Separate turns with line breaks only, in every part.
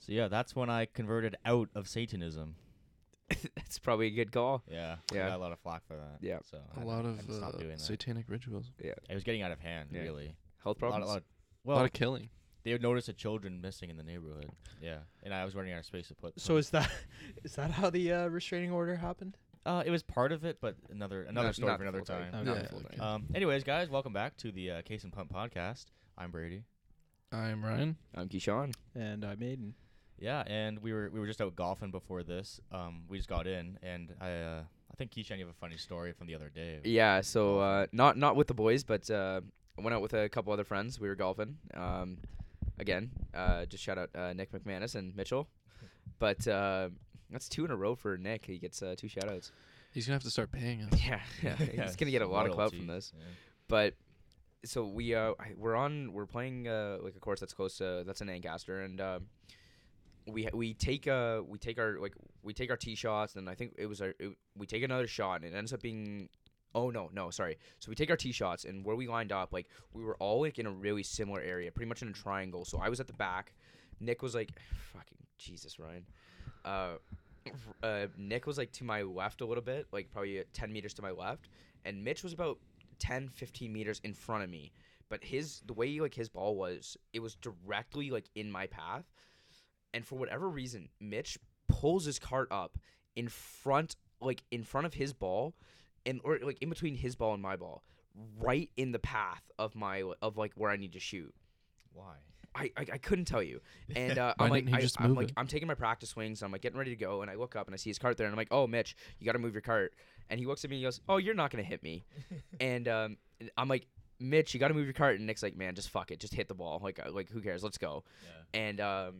So yeah, that's when I converted out of Satanism.
That's probably a good call.
Yeah,
Yeah.
I got a lot of flock for that.
Yeah.
so
A
I-
lot of
just stopped doing
uh,
that.
satanic rituals.
it was getting out of hand,
Yeah.
really.
Health
A lot,
problems.
a lot of-
a
well,
lot of killing.
they would notice the children missing in the neighborhood. Yeah, and I was running out of space to put.
So is that is that how the uh, restraining order happened?
uh, it was part of it, but another another
Not-
story
not
for
the
another
full thing.
time.
Oh,
yeah.
not full
okay.
time.
Um, anyways, guys, welcome back to the uh, Case and Pump podcast. I'm Brady.
I'm Ryan.
I'm Keyshawn.
And uh, I made
Yeah, and we were we were just out golfing before this. Um, we just got in, and I uh, I think Keishan, you have a funny story from the other day.
Yeah, so uh, not not with the boys, but uh, I went out with a couple other friends. We were golfing. Um, again, uh, just shout out uh, Nick McManus and Mitchell. But uh, that's two in a row for Nick. He gets uh, two shout outs.
He's gonna have to start paying us.
Yeah, yeah, he's gonna get a lot of clout from this. But so we uh I- we're on we're playing uh like a course that's close to that's in Ancaster and um we ha- we take uh we take our like we take our tee shots and I think it was our it, we take another shot and it ends up being oh no no sorry so we take our tee shots and where we lined up like we were all like in a really similar area pretty much in a triangle so I was at the back Nick was like fucking Jesus Ryan uh uh Nick was like to my left a little bit like probably uh, 10 meters to my left and Mitch was about 10 15 meters in front of me but his the way like his ball was it was directly like in my path and for whatever reason mitch pulls his cart up in front like in front of his ball and or like in between his ball and my ball right in the path of my of like where i need to shoot
Why?
I, I, I couldn't tell you. And uh,
Why
I'm like,
didn't he
I,
just
I'm
move
like,
it?
I'm taking my practice swings. I'm like getting ready to go, and I look up and I see his cart there, and I'm like, oh, Mitch, you got to move your cart. And he looks at me and he goes, oh, you're not gonna hit me. and um, and I'm like, Mitch, you got to move your cart. And Nick's like, man, just fuck it, just hit the ball. Like uh, like who cares? Let's go. And um.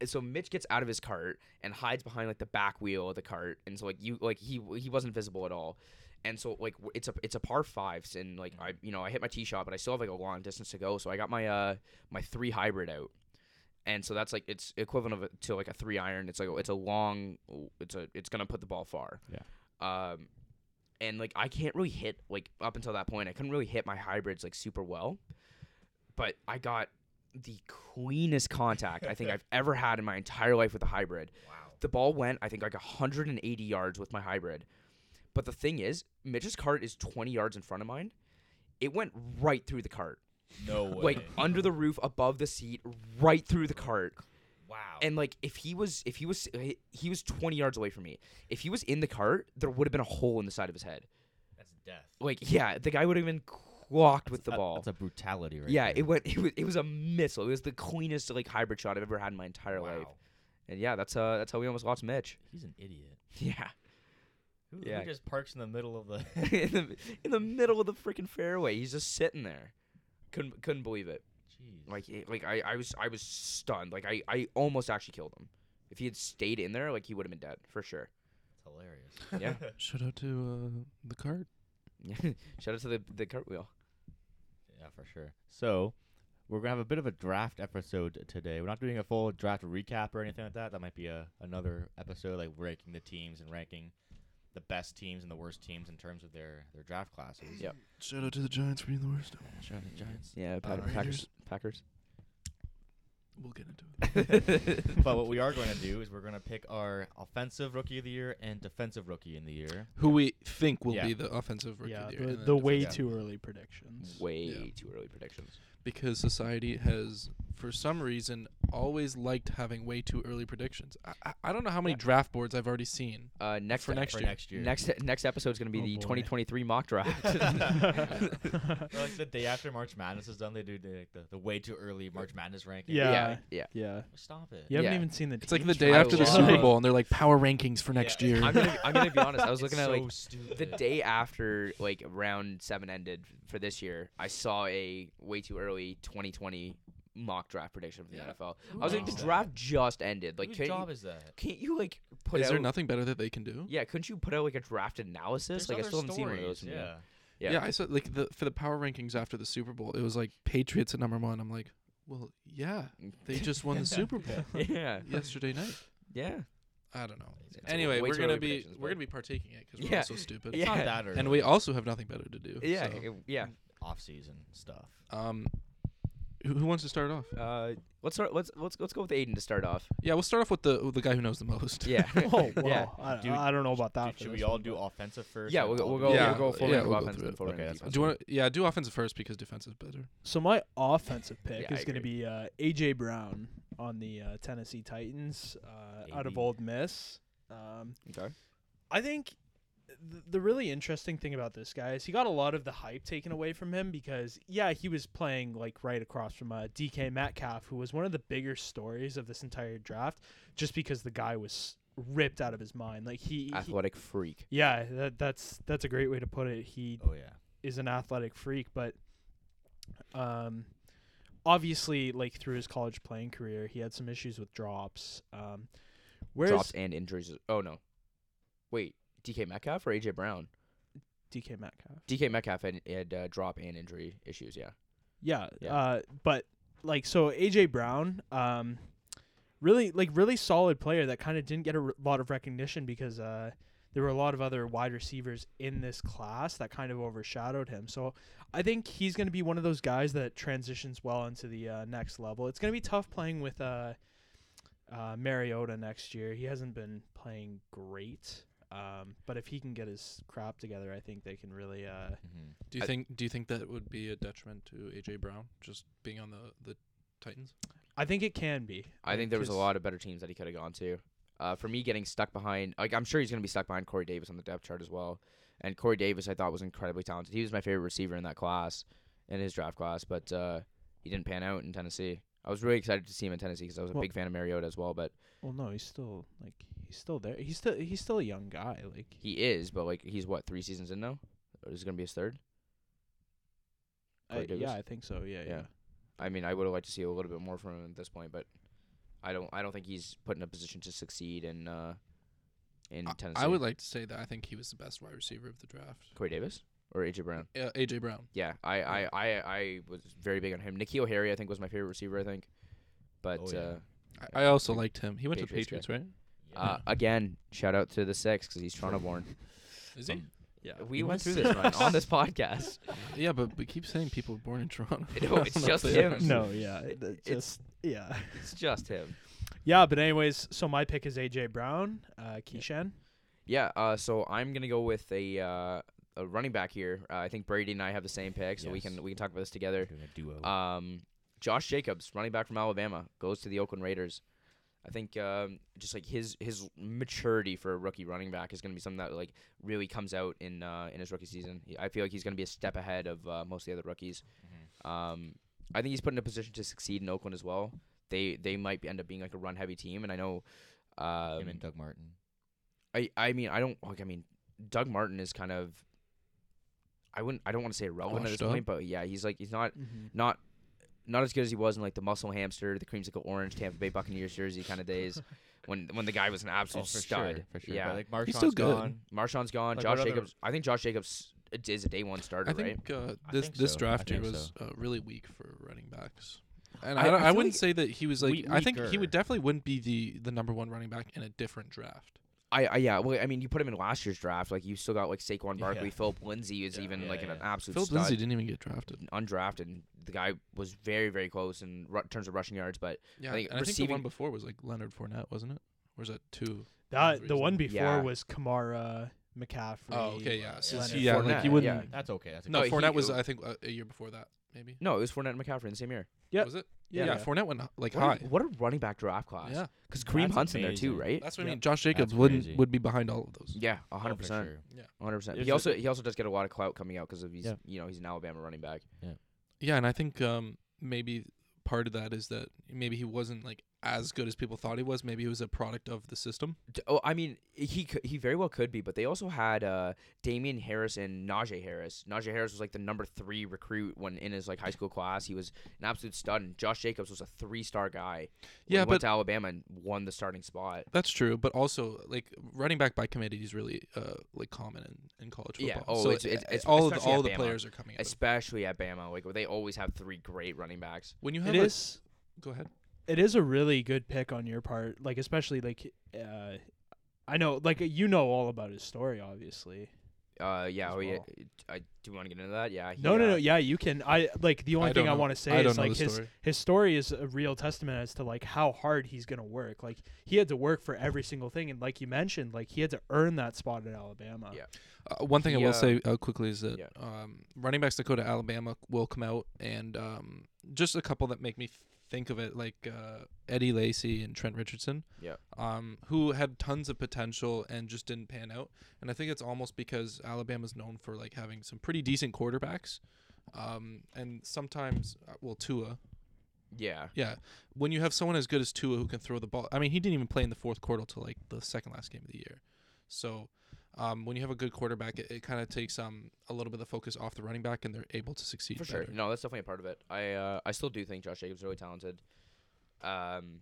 and So Mitch gets out of his cart and hides behind like the back wheel of the cart, and so like you like he he wasn't visible at all, and so like w- it's a it's a par fives, and like I you know I hit my tee shot, but I still have like a long distance to go, so I got my uh my three hybrid out, and so that's like it's equivalent of a, to like a three iron. It's like a- it's a long, it's a it's gonna put the ball far.
Yeah.
Um, and like I can't really hit like up until that point, I couldn't really hit my hybrids like super well, but I got the cleanest contact I think I've ever had in my entire life with a hybrid
Wow.
the ball went i think like 180 yards with my hybrid but the thing is mitch's cart is 20 yards in front of mine it went right through the cart
No way.
like under the roof above the seat right through the cart
wow.
and like if he was if he was he- he was 20 yards away from me if he was in the cart there would have been a hole in the side of his head
that's death.
like yeah the guy would have been clocked with the
That-
ball
That's a brutality, right?
yeah
there.
it went it was, it was a missile it was the cleanest like hybrid shot i've ever had in my entire life
Wow.
and yeah that's uh that's how we almost lost mitch
He's an idiot.
yeah
Who, who
Yeah.
just parks in the middle of the?
in the in the middle of the freaking fairway. He's just sitting there. Couldn't couldn't believe it.
Jeez.
Like it- like I, I was I was stunned. Like I, I almost actually killed him. If he had stayed in there, like he would have been dead for sure.
It's hilarious.
Yeah.
Shout out to uh, the cart.
Shout out to the the cartwheel.
Yeah, for sure. So, we're gonna have a bit of a draft episode today. We're not doing a full draft recap or anything like that. That might be a another episode, like ranking the teams and ranking the best teams and the worst teams in terms of their their draft classes.
Yep.
Shout out to the Giants for being the worst.
Giants.
Yeah,
Pack- Packers-
Packers.
We'll get into it.
But what we are going to do is we're going to pick our offensive rookie of the year and defensive rookie in the year.
Who we think will
Yeah.
be the offensive rookie
yeah,
of the year
the,
and then
the
defensive
way
rookie.
too early predictions.
Way
Yeah.
too early predictions.
because society has, for some reason, always liked having way too early predictions. I, I, I don't know how many draft boards I've already seen.
Uh, next
For next
for
year.
next year.
next next episode's gonna be
Oh,
the
boy.
2023 mock draft.
Or like the day after March Madness is done, they do the, the, the way too early March Madness ranking.
Yeah.
yeah, yeah.
yeah.
Stop it.
You haven't
Yeah.
even seen the.
It's like
team
the day
I
chart.
after the
love-
Super Bowl, and they're like power rankings for
Yeah,
next year.
I'm gonna, I'm gonna be honest. I was looking
It's
at
so
like
stupid.
the day after like round seven ended for this year, I saw a way too early 2020 mock draft prediction for the
Yeah.
NFL.
Who
I was like,
does
the
that?
draft just ended. Like,
Whose
can't
job
you,
is that?
can't you like put
Is
out?
there nothing better that they can do?
yeah, couldn't you put out like a draft analysis?
There's
like, I
other
still haven't seen one of
stories,
those. From you.
Yeah.
Yeah.
Yeah. I saw like the for the power rankings after the Super Bowl, it was like Patriots at number one. I'm like, well, yeah, they just won the Super Bowl
yeah,
yesterday night.
yeah,
I don't know.
It's
It's
Anyway,
way
we're
too
gonna
early
be
predictions,
we're
but-
gonna be partaking it because we're
Yeah.
all so stupid,
Yeah.
It's not that early.
and we also have nothing better to do.
yeah,
so,
yeah.
off season stuff.
um, Who, who wants to start off?
Uh, let's start. Let's let's let's go with Aiden to start off.
Yeah, we'll start off with the with the guy who knows the most.
Yeah.
Oh, wow.
yeah.
I,
Dude,
I don't know about
Dude,
that. for
should
this
we all
one,
do
but-
offensive first?
Yeah,
and
we'll go.
all
We'll go.
Yeah.
We'll go
Yeah,
forward
we'll go
offense
through
and
it.
forward
Okay,
and
that's
defense.
fine.
Do you want? Yeah, do offensive first because defense is better.
So my offensive pick
Yeah, I
is going to
agree.
be uh, AJ Brown on the uh, Tennessee Titans uh, out of
AB.
Old Miss. Um,
Okay.
I think th- the really interesting thing about this guy is he got a lot of the hype taken away from him because yeah he was playing like right across from uh, DK Metcalf who was one of the bigger stories of this entire draft just because the guy was ripped out of his mind like he, he
Athletic freak.
yeah that, that's that's a great way to put it he
Oh yeah.
is an athletic freak, but um, obviously, like through his college playing career, he had some issues with drops. Um, whereas
Drops and injuries. Oh no. Wait, DK Metcalf or AJ Brown?
DK Metcalf?
DK Metcalf had, had uh, drop and injury issues. Yeah.
Yeah,
Yeah.
Uh, but like so, AJ Brown, um, really like really solid player that kind of didn't get a r- lot of recognition because uh, there were a lot of other wide receivers in this class that kind of overshadowed him. So I think he's going to be one of those guys that transitions well into the uh, next level. It's going to be tough playing with uh, uh, Mariota next year. He hasn't been playing great. Um, but if he can get his crap together, I think they can really uh,
Mhm.
Do you
I-
think? Do you think that would be a detriment to AJ Brown just being on the the Titans?
I think it can be.
I think there was a
'cause-
lot of better teams that he could have gone to. Uh, for me, getting stuck behind, like I'm sure he's gonna be stuck behind Corey Davis on the depth chart as well. And Corey Davis, I thought was incredibly talented. He was my favorite receiver in that class, in his draft class. But uh, he didn't pan out in Tennessee. I was really excited to see him in Tennessee because I was a
Well-
big fan of Mariota as well. But
Well, no, he's still like he's still there. He's still he's still a young guy. Like
he is, but like he's what three seasons in now? Or is it gonna be his third?
I-
Corey Davis?
yeah, I think so. Yeah, yeah.
Yeah. I mean, I would have liked to see a little bit more from him at this point, but I don't. I don't think he's put in a position to succeed in uh, in
I-
Tennessee.
I, would like to say that I think he was the best wide receiver of the draft.
Corey Davis or AJ Brown.
Uh, AJ Brown.
Yeah, I, I, I, I was very big on him. Nikhil Harry, I think, was my favorite receiver. I think, but
Oh, yeah.
uh,
I, I also liked him. He went to the
Patriots
Patriots, right?
uh, again, shout out to the Six because he's Toronto born.
Is
he?
yeah.
We went through this one on this podcast.
Yeah, but we keep saying people were born in Toronto.
I know,
I
it's
don't know if
just
they are.
him.
No, yeah, it-
It's-
just yeah,
It's just him.
yeah. But anyways, so my pick is AJ Brown, uh, Keyshan.
Yeah. Uh, so I'm gonna go with a uh, a running back here. Uh, I think Brady and I have the same pick, so we
Yes.
can we can talk about this together.
Doing a duo.
Um, Josh Jacobs, running back from Alabama, goes to the Oakland Raiders. I think um, just like his his maturity for a rookie running back is going to be something that like really comes out in uh, in his rookie season. He- I feel like he's going to be a step ahead of uh, most of the other rookies.
Mm-hmm.
Um, I think he's put in a position to succeed in Oakland as well. They they might end up being like a run heavy team, and I know. Um,
Him and Doug Martin.
I I mean I don't like I mean Doug Martin is kind of. I wouldn't. I don't want to say irrelevant at
Washed
this
up.
point, but yeah, he's like he's not not not as good as he was in like the muscle hamster, the creamsicle orange, Tampa Bay Buccaneers jersey kind of days when when the guy was an absolute stud.
sure. Oh, For sure.
Yeah,
But, like Marshawn's
He's still good.
gone.
Marshawn's gone.
Like, what
Josh
other-
Jacobs. I think Josh Jacobs is a day one starter,
I think
right?
uh,
I
this
think
this
so.
draft
I
year
think
was uh, really weak for running backs. And
I-
I,
I
don't- I,
feel
wouldn't
like
say that he was like.
we-
I think he
weaker.
would definitely wouldn't be the the number one running back in a different draft.
I, I yeah. Well, I mean, you put him in last year's draft. Like you still got like Saquon Barkley,
Yeah.
Philip Lindsay is
Yeah.
even
Yeah,
like an
yeah.
absolute
Philip
stud.
Lindsay didn't even get drafted.
Undrafted, and the guy was very, very close in ru- terms of rushing yards, but
Yeah,
think
and I think the
receiving-
one before was like Leonard Fournette, wasn't it? Or is that two?
That the one
Reason.
before
Yeah.
was Kamara McCaffrey.
Oh, okay, yeah. So
Leonard
he- yeah, like
uh, Fournette,
he
yeah.
wouldn't.
That's okay. That's okay.
No,
No, he-
Fournette was I think a, a year before that, maybe.
no, it was Fournette and McCaffrey in the same year.
Yeah.
Was it?
Yeah.
Yeah, Fournette went
What
like high.
a, what a running back draft class.
Yeah,
because Kareem
That's
Hunt's in there too,
amazing.
right?
that's what I
Yeah.
mean. Josh Jacobs
That's
wouldn't
crazy.
would be behind all of those.
Yeah, a
Oh, for
hundred percent.
sure.
hundred percent.
There's
He
a-
also he also does get a lot of clout coming out because of he's
Yeah.
you know he's an Alabama running back.
Yeah, and I think um, maybe part of that is that maybe he wasn't like as good as people thought he was. Maybe he was a product of the system.
D- Oh, I mean he could, he very well could be, but they also had uh, Damian Harris and Najee Harris. Najee Harris was like the number three recruit when in his like high school class. He was an absolute stud, and Josh Jacobs was a three star guy. when he
Yeah,
went
but-
to Alabama and won the starting spot.
That's true, but also like running back by committee is really uh, like common in, in college
Yeah,
football.
oh,
so
it's-
it-
it's- it's-
all of the,
especially
all
at
the
Bama.
players are coming. Out of-
Especially at Bama, like where they always have three great running backs.
when you have
It
a-
is.
go ahead.
it is a really good pick on your part like especially like uh i know like you know all about his story obviously
Uh, yeah,
as
oh, yeah.
well.
I do you want to get into that. Yeah. he,
No, no,
uh,
no. Yeah, you can. I like the only
I
thing
don't
I
know-
want to say
I don't
is
know
like
the
his
story.
his story is a real testament as to like how hard he's gonna work. Like he had to work for every single thing, and like you mentioned, like he had to earn that spot at Alabama.
Yeah.
Uh, one thing I
He,
will
uh,
say uh, quickly is that
yeah.
um, running backs that go to Alabama will come out, and um, just a couple that make me think of it, like uh, Eddie Lacy and Trent Richardson,
Yeah.
um, who had tons of potential and just didn't pan out. And I think it's almost because Alabama's known for like having some pretty decent quarterbacks, um, and sometimes, uh, well, Tua,
Yeah.
yeah, when you have someone as good as Tua who can throw the ball, I mean, he didn't even play in the fourth quarter till like the second last game of the year. So, um, when you have a good quarterback, it, it kind of takes um a little bit of the focus off the running back, and they're able to succeed.
For sure.
better.
No, that's definitely a part of it. I uh, I still do think Josh Jacobs is really talented. Um,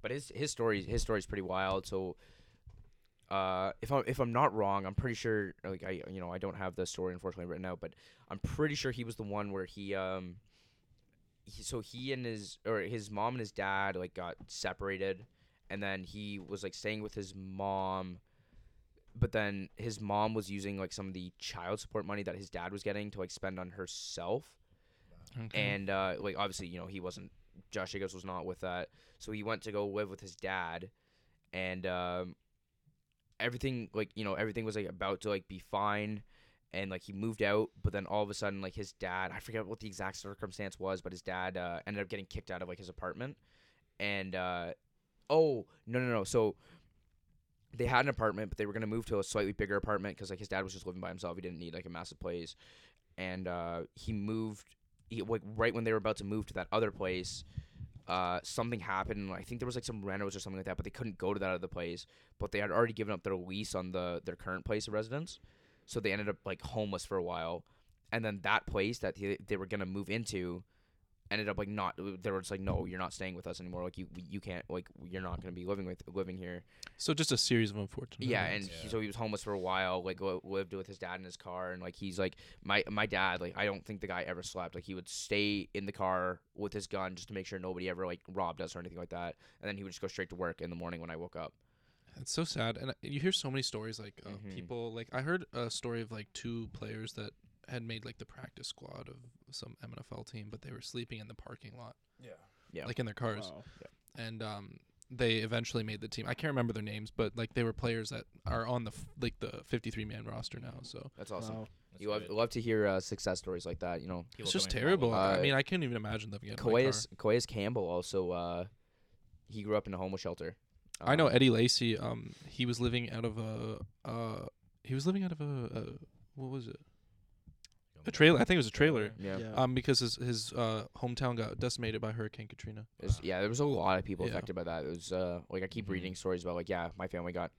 but his his story his story's pretty wild. So, uh, if I'm if I'm not wrong, I'm pretty sure. Like I you know I don't have the story unfortunately written out, but I'm pretty sure he was the one where he um. He, so he and his or his mom and his dad like got separated, and then he was like staying with his mom. But then his mom was using like some of the child support money that his dad was getting to like spend on herself
Okay.
and uh, like obviously you know he wasn't Josh Jacobs was not with that, so he went to go live with his dad, and um, everything like you know everything was like about to like be fine, and like he moved out, but then all of a sudden like his dad I forget what the exact circumstance was, but his dad uh, ended up getting kicked out of like his apartment, and uh, oh no no no so. They had an apartment, but they were gonna move to a slightly bigger apartment because like his dad was just living by himself. He didn't need like a massive place, and uh, he moved he, like right when they were about to move to that other place, uh, something happened. and I think there was like some renters or something like that, but they couldn't go to that other place. But they had already given up their lease on the their current place of residence, so they ended up like homeless for a while. And then that place that they, they were gonna move into ended up like not. They were just like, no, you're not staying with us anymore. Like you you can't like you're not gonna be living with living here.
so just a series of unfortunate.
Yeah, and
events.
he-
Yeah.
so he was homeless for a while. Like li- lived with his dad in his car, and like he's like my my dad. Like I don't think the guy ever slept. Like he would stay in the car with his gun just to make sure nobody ever like robbed us or anything like that. And then he would just go straight to work in the morning when I woke up.
it's so sad. And uh, you hear so many stories like uh,
Mhm.
people like I heard a story of like two players that had made like the practice squad of some MNFL team, but they were sleeping in the parking lot.
Yeah.
like in their cars.
Wow.
and um, they eventually made the team. I can't remember their names, but like they were players that are on the f- like the 53 man roster now. So
That's awesome.
Wow.
You love, love to hear uh, success stories like that. You know,
it's just terrible.
Uh,
I mean, I couldn't even imagine living in my car.
Koyas Koyas Campbell also. Uh, he grew up in a homeless shelter.
I know
Um,
Eddie Lacy. Um, he was living out of a uh, he was living out of a, a what was it? A trailer. I think it was a trailer.
Yeah. yeah.
Um, because his his uh hometown got decimated by Hurricane Katrina.
Yeah. There was a lot of people
Yeah.
affected by that. It was uh, like I keep
Mhm.
reading stories about like yeah, my family got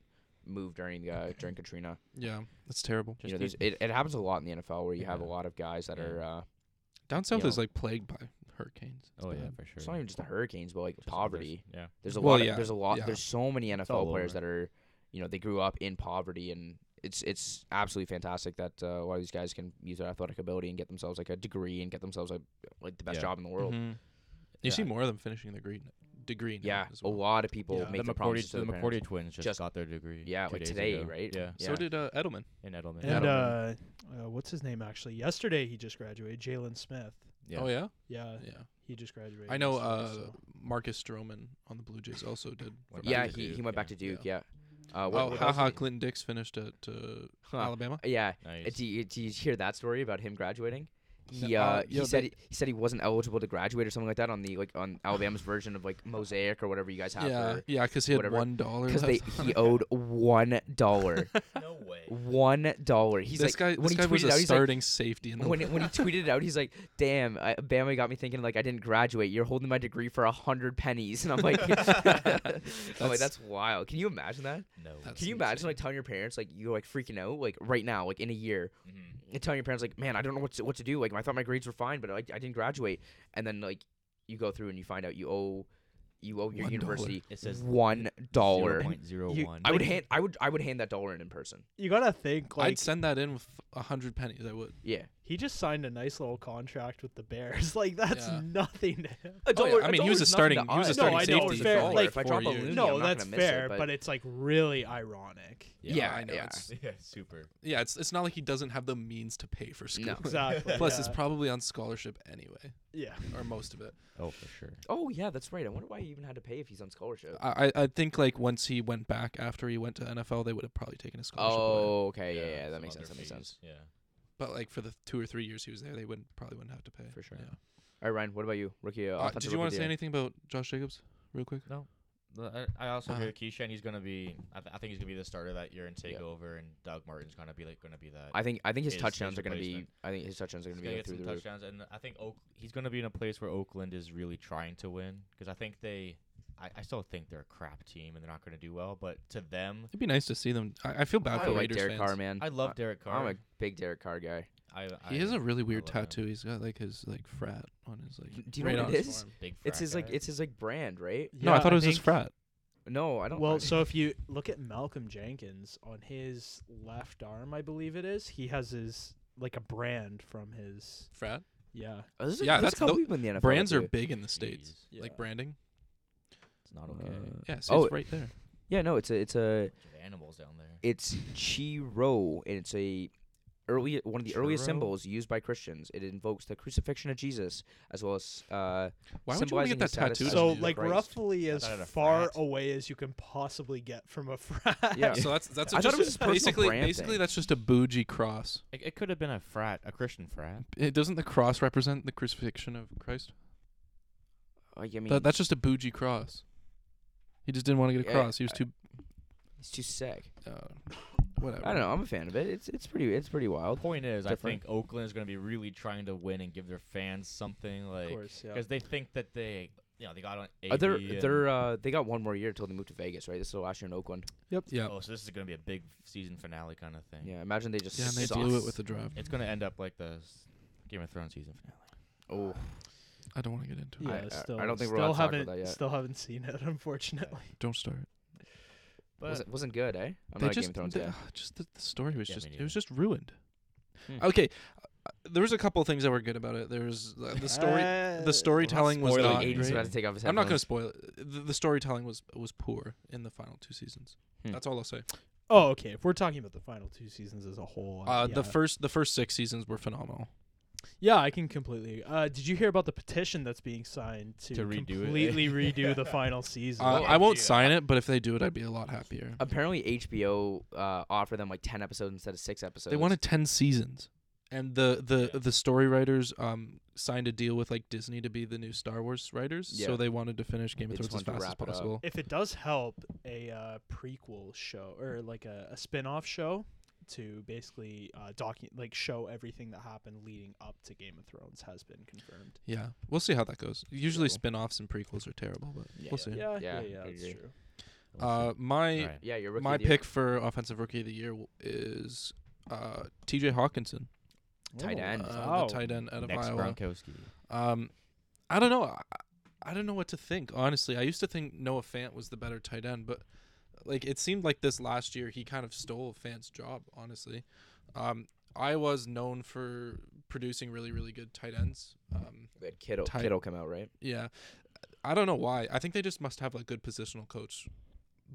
moved during uh, during Katrina.
Yeah, that's terrible.
you know,
Just
there's, it, it happens a lot in the NFL where you have a
Yeah.
lot of guys that
Yeah.
are. Uh,
Down south
Yeah.
is like plagued by hurricanes. Mm-hmm. It's
Oh yeah,
bad.
for sure.
It's not even just the Hurricanes, but like
Just
poverty.
others, Yeah.
There's a
Well,
lot. of-
yeah,
There's a lot.
yeah.
There's so many NFL
all
players
over.
that are, you know, they grew up in poverty, and it's it's absolutely fantastic that uh, a lot of these guys can use their athletic ability and get themselves like a degree and get themselves like like the best
Yeah.
job in the world.
Mhm. You
Yeah,
see
I-
more of them finishing their degree, degree now
Yeah, Oh,
as well.
a lot of people
Yeah.
make
the
the promises
McCourty,
to
the
the
McCourty twins just,
Just-
got their degree.
Yeah,
two
like
days
today,
ago.
right?
Yeah,
Yeah.
So did uh, Edelman.
in Edelman.
And
yeah.
uh, uh, what's his name actually? Yesterday he just graduated. Jalen Smith.
yeah.
Oh yeah,
Yeah,
yeah.
he just graduated.
I know uh,
yesterday, so.
Marcus Stroman on the Blue Jays also did.
Went
go
Yeah,
back to
he,
Duke.
he went back to
yeah.
Duke. Yeah. Uh, what,
Oh,
what
haha!
else-
Clinton Dix finished at uh,
Huh.
Alabama.
Yeah. Uh,
Nice.
Do you, do you hear that story about him graduating? He,
No,
uh,
uh,
he
yo,
said
the-
he, he said he wasn't eligible to graduate or something like that on the like on Alabama's version of like mosaic or whatever you guys have
Yeah, yeah, because he had
whatever.
one dollar.
because they
left.
he owed one dollar
no way.
one dollar he's
this
like
guy,
when
this
he
guy was
tweeted
a
out he's like
starting safety in the
when, it- when he tweeted it out he's like damn I, Bama got me thinking like I didn't graduate you're holding my degree for a hundred pennies and I'm like I'm like
That's-
Oh, that's wild can you imagine that
No.
That's-
can you imagine like telling your parents like you're like freaking out like right now like in a year
Mhm.
and telling your parents like, man, I don't know what to, what to do. Like, I thought my grades were fine, but I, I didn't graduate. And then like, you go through and you find out you owe you owe your
One dollar.
university
It says
one dollar.
Point zero
You-
one.
I would hand I would I would hand that dollar in in person.
you gotta think like
I'd send that in with a hundred pennies. I would.
Yeah,
He just signed a nice little contract with the Bears. Like that's
Yeah.
nothing to him.
A
Oh, yeah,
dollar-
I mean, he was
dollar's
a starting-
nothing to
he was a
us.
starting No, I know, safety it's for fair.
dollar.
Like,
if I
four
drop a
years.
loony, I'm
no,
not
that's
gonna miss
fair,
it,
but,
but
it's like really ironic.
Yeah, I know.
yeah.
It's
yeah, super.
yeah, it's it's not like he doesn't have the means to pay for school.
No.
Exactly.
Plus,
yeah.
it's probably on scholarship anyway,
yeah.
or most of it.
Oh, for sure.
oh yeah, that's right. I wonder why he even had to pay if he's on scholarship.
I I I think like once he went back after he went to NFL, they would have probably taken a scholarship. away.
Oh, okay, yeah, yeah, that
some
makes sense.
other
That makes
fees,
sense
Yeah.
But like for the two or three years he was there, they wouldn't probably wouldn't have to pay.
for sure.
Yeah.
All right, Ryan, what about you, rookie? Uh,
Uh,
offensive
did you
rookie
want
of the
to say
year.
anything about Josh Jacobs real quick?
The- I I also
Uh-huh.
agree with Keyshawn. He's gonna be. I, th- I think he's gonna be the starter that year and take
Yeah.
over, and Doug Martin's gonna be like gonna be that.
I think I think his
His- his
touchdowns are going to be.
replacement.
I think his touchdowns are
he's
going to
gonna
be
get
through
some
the roof.
touchdowns, and I think Oak, he's gonna be in a place where Oakland is really trying to win because I think they. I, I still think they're a crap team and they're not gonna do well, but to them,
It'd be nice to see them. I, I feel bad
I
for
like
Raiders
Derek
fans.
Carr, man. Uh,
I love Derek Carr.
I'm a big Derek Carr guy.
I,
He has
I-
a really weird
love him.
tattoo. He's got like his like frat on his like.
Do you know
right
what
on
it
his
is?
forearm.
big.
It's
frat
his like
guy.
it's his like brand, right?
No, I
Yeah,
thought it was his
think-
frat.
No, I don't. I-
Well, so if you look at Malcolm Jenkins on his left arm, I believe it is, he has his like a brand from his
Frat
yeah.
Oh, this is-
yeah,
this
that's
is how
tho-
we've been in the NFL
brands are
too.
big in the states.
Jeez,
Like
Yeah.
branding.
It's not okay.
Uh,
Yeah, so
oh,
it's right there.
yeah, no, it's a it's a
Bunch of animals down there.
it's Chiro, and it's a early one of the earliest
Chiro?
symbols used by Christians. It invokes the crucifixion of Jesus as well as uh,
Why would you
symbolizing
want to get that
his status
tattoo?
as
So
Jesus
like
Christ.
roughly
I
as
thought it had a
far
frat.
away as you can possibly get from a frat.
Yeah.
so that's that's
I thought
just
it was his personal
basically
brand
basically
thing.
that's just a bougie cross.
It, it could have been a frat, a Christian frat.
It doesn't the cross represent the crucifixion of Christ?
like, I mean,
That, that's just a bougie cross. He just didn't want to get a
Yeah,
cross. He was
I-
too.
it's too sick.
Uh, whatever.
I don't know. I'm a fan of it. It's it's pretty it's pretty wild.
Point is, I
Different.
think Oakland is going to be really trying to win and give their fans something
of
like
course. Yeah.
because they think that they, you know, they got on.
Uh,
AB
they're
and-
they're
um,
uh, they got one more year until they move to Vegas, right? This is the last year in Oakland.
Yep. Yeah.
Oh, so this is going to be a big season finale kind of thing.
Yeah, imagine they just
yeah, and they
suck.
blew it with the draft.
It's going to end up like the s- Game of Thrones season finale.
Oh,
I don't want to get into it.
yeah,
I- I- I
still,
don't think we're allowed
still
to talk about
haven't
that yet.
still haven't seen it unfortunately.
Don't start.
But
wasn't wasn't good, eh? I'm
they
not a Game
just,
of Thrones
they-
guy.
ah, just the, the story was
Yeah, me
just it
neither.
was just ruined.
Hmm.
Okay, uh, there was a couple of things that were good about it. There was uh, the story. the storytelling was
spoiling
not.
it.
Aiden's
great.
about to take off his
I'm not going to
headphones.
spoil it. The, the storytelling was was poor in the final two seasons.
Hmm.
That's all I'll say.
Oh, okay. If we're talking about the final two seasons as a whole,
Uh,
yeah.
The first the first six seasons were phenomenal.
Yeah, I can completely. Uh, did you hear about the petition that's being signed to,
To redo it, eh?
completely redo the final
Oh,
season?
Uh,
Well,
I won't
yeah.
sign it, but if they do it, I'd be a lot happier.
Apparently, HBO uh, offered them like 10 episodes instead of six episodes.
They wanted ten seasons, and the the
Yeah.
the story writers um signed a deal with like Disney to be the new Star Wars writers.
Yeah.
So they wanted to finish Game
They
of
just
Thrones as
wanted to
fast as
wrap it up.
possible.
if it does help, a uh, prequel show or like a, a spin-off show to basically uh, docu- like show everything that happened leading up to Game of Thrones has been confirmed.
Yeah, we'll see how that goes. Usually,
Cool.
spin-offs and prequels are terrible, but
Yeah,
we'll
yeah.
see.
Yeah,
Yeah,
yeah, yeah,
I
that's
agree.
true.
Uh, my
Alright.
Yeah, your rookie.
my
of the year.
pick for offensive rookie of the year w- is uh, T.J. Hawkinson,
Tight
Oh,
end.
uh,
wow.
the tight end out of
Next
Iowa.
Gronkowski.
Um, I don't know. I, I don't know what to think. Honestly, I used to think Noah Fant was the better tight end, but like it seemed like this last year he kind of stole Fant's job. Honestly, um, Iowa's known for producing really really good tight ends. Um,
We had Kittle,
tight-
Kittle come out, right?
Yeah. I don't know why. I think they just must have a good positional coach.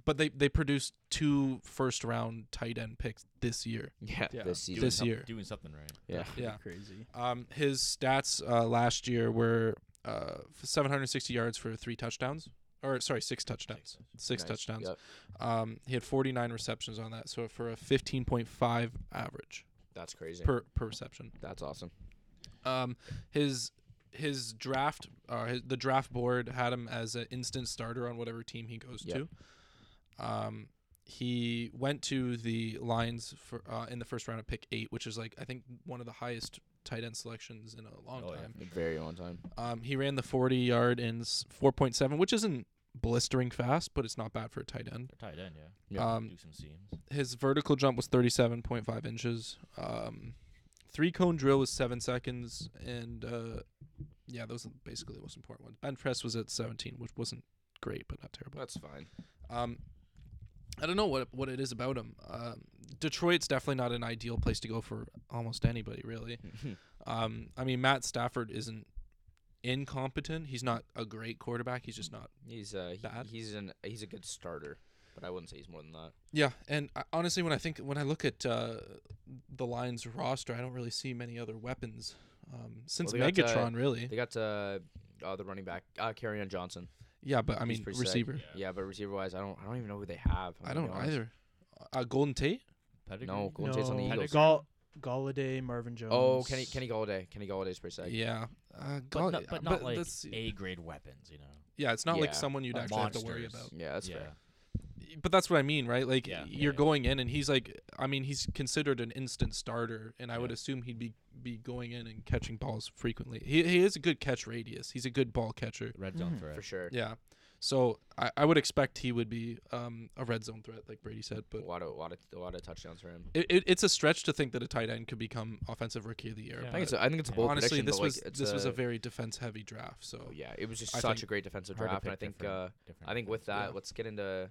But they they produced two first round tight end picks this year.
Yeah,
Yeah.
this
Doing
season.
This
some-
year.
doing something right.
Yeah.
Yeah.
Crazy.
Um his stats uh last year were uh 760 yards for three touchdowns or sorry, six touchdowns. Six
Nice.
touchdowns.
Yep.
Um he had 49 receptions on that, so for a 15.5 average
That's crazy.
per per reception.
That's awesome.
Um, his his draft, uh, his, the draft board had him as an instant starter on whatever team he goes
Yeah.
to. Um, he went to the Lions for uh, in the first round of pick eight, which is like I think one of the highest tight end selections in a long
Oh, yeah.
time.
Very long time.
Um, he ran the forty yard in s- four point seven, which isn't blistering fast, but it's not bad for a tight end.
They're tight end, yeah.
Yeah.
Um,
Do some seams.
his vertical jump was 37.5 inches. Um, three cone drill was seven seconds, and uh, yeah, those are basically the most important ones. Bench press was at 17, which wasn't great, but not terrible.
That's fine.
Um, I don't know what what it is about him. Um, Detroit's definitely not an ideal place to go for almost anybody, really. Um, I mean, Matt Stafford isn't incompetent. He's not a great quarterback. He's just not.
he's uh he-
Bad.
he's an he's a good starter, but I wouldn't say he's more than that.
Yeah, and I, honestly, when I think when I look at uh, the Lions roster, I don't really see many other weapons um, since
they got, uh,
Megatron, really.
They got uh, uh the running back uh Carrion Johnson.
Yeah, but I
he's
mean,
pretty sick. Oh
receiver.
Yeah, but receiver wise, I don't I don't even know who they have. I'm gonna
I don't
be honest.
either. Uh, Golden Tate.
Pettigrew?
No, Golden State's on the
No.
Eagles.
Gall- Galladay, Marvin Jones.
Oh, Kenny Kenny Galladay. Kenny Galladay's pretty sick.
Yeah. Uh,
But,
God,
not, but not like
that's-
A grade weapons, you know.
yeah, it's not
Yeah.
like someone you'd
Like
actually have to worry
monsters.
about.
Yeah, that's
yeah.
fair.
But that's what I mean, right? Like
Yeah.
you're
Yeah.
going in, and he's like, I mean, he's considered an instant starter, and I would
Yeah.
assume he'd be be going in and catching balls frequently. He he is a good catch radius. He's a good ball catcher.
Red zone
Mhm.
threat.
For sure.
Yeah. So I, I would expect he would be um, a red zone threat, like Brady said.
A
But
lot of lot of a lot of touchdowns for him.
it, it, it's a stretch to think that a tight end could become offensive rookie of the year.
Yeah.
I think it's
but
a, I think it's a
Yeah.
bold
honestly,
prediction,
this
but, like,
was
it's
this was a
very
very defense heavy draft. So
yeah, it was just
I
such
think-
a great defensive
Hard to
draft, and I
pick
think
different-
uh,
different
I think with
weapons.
that, let's get into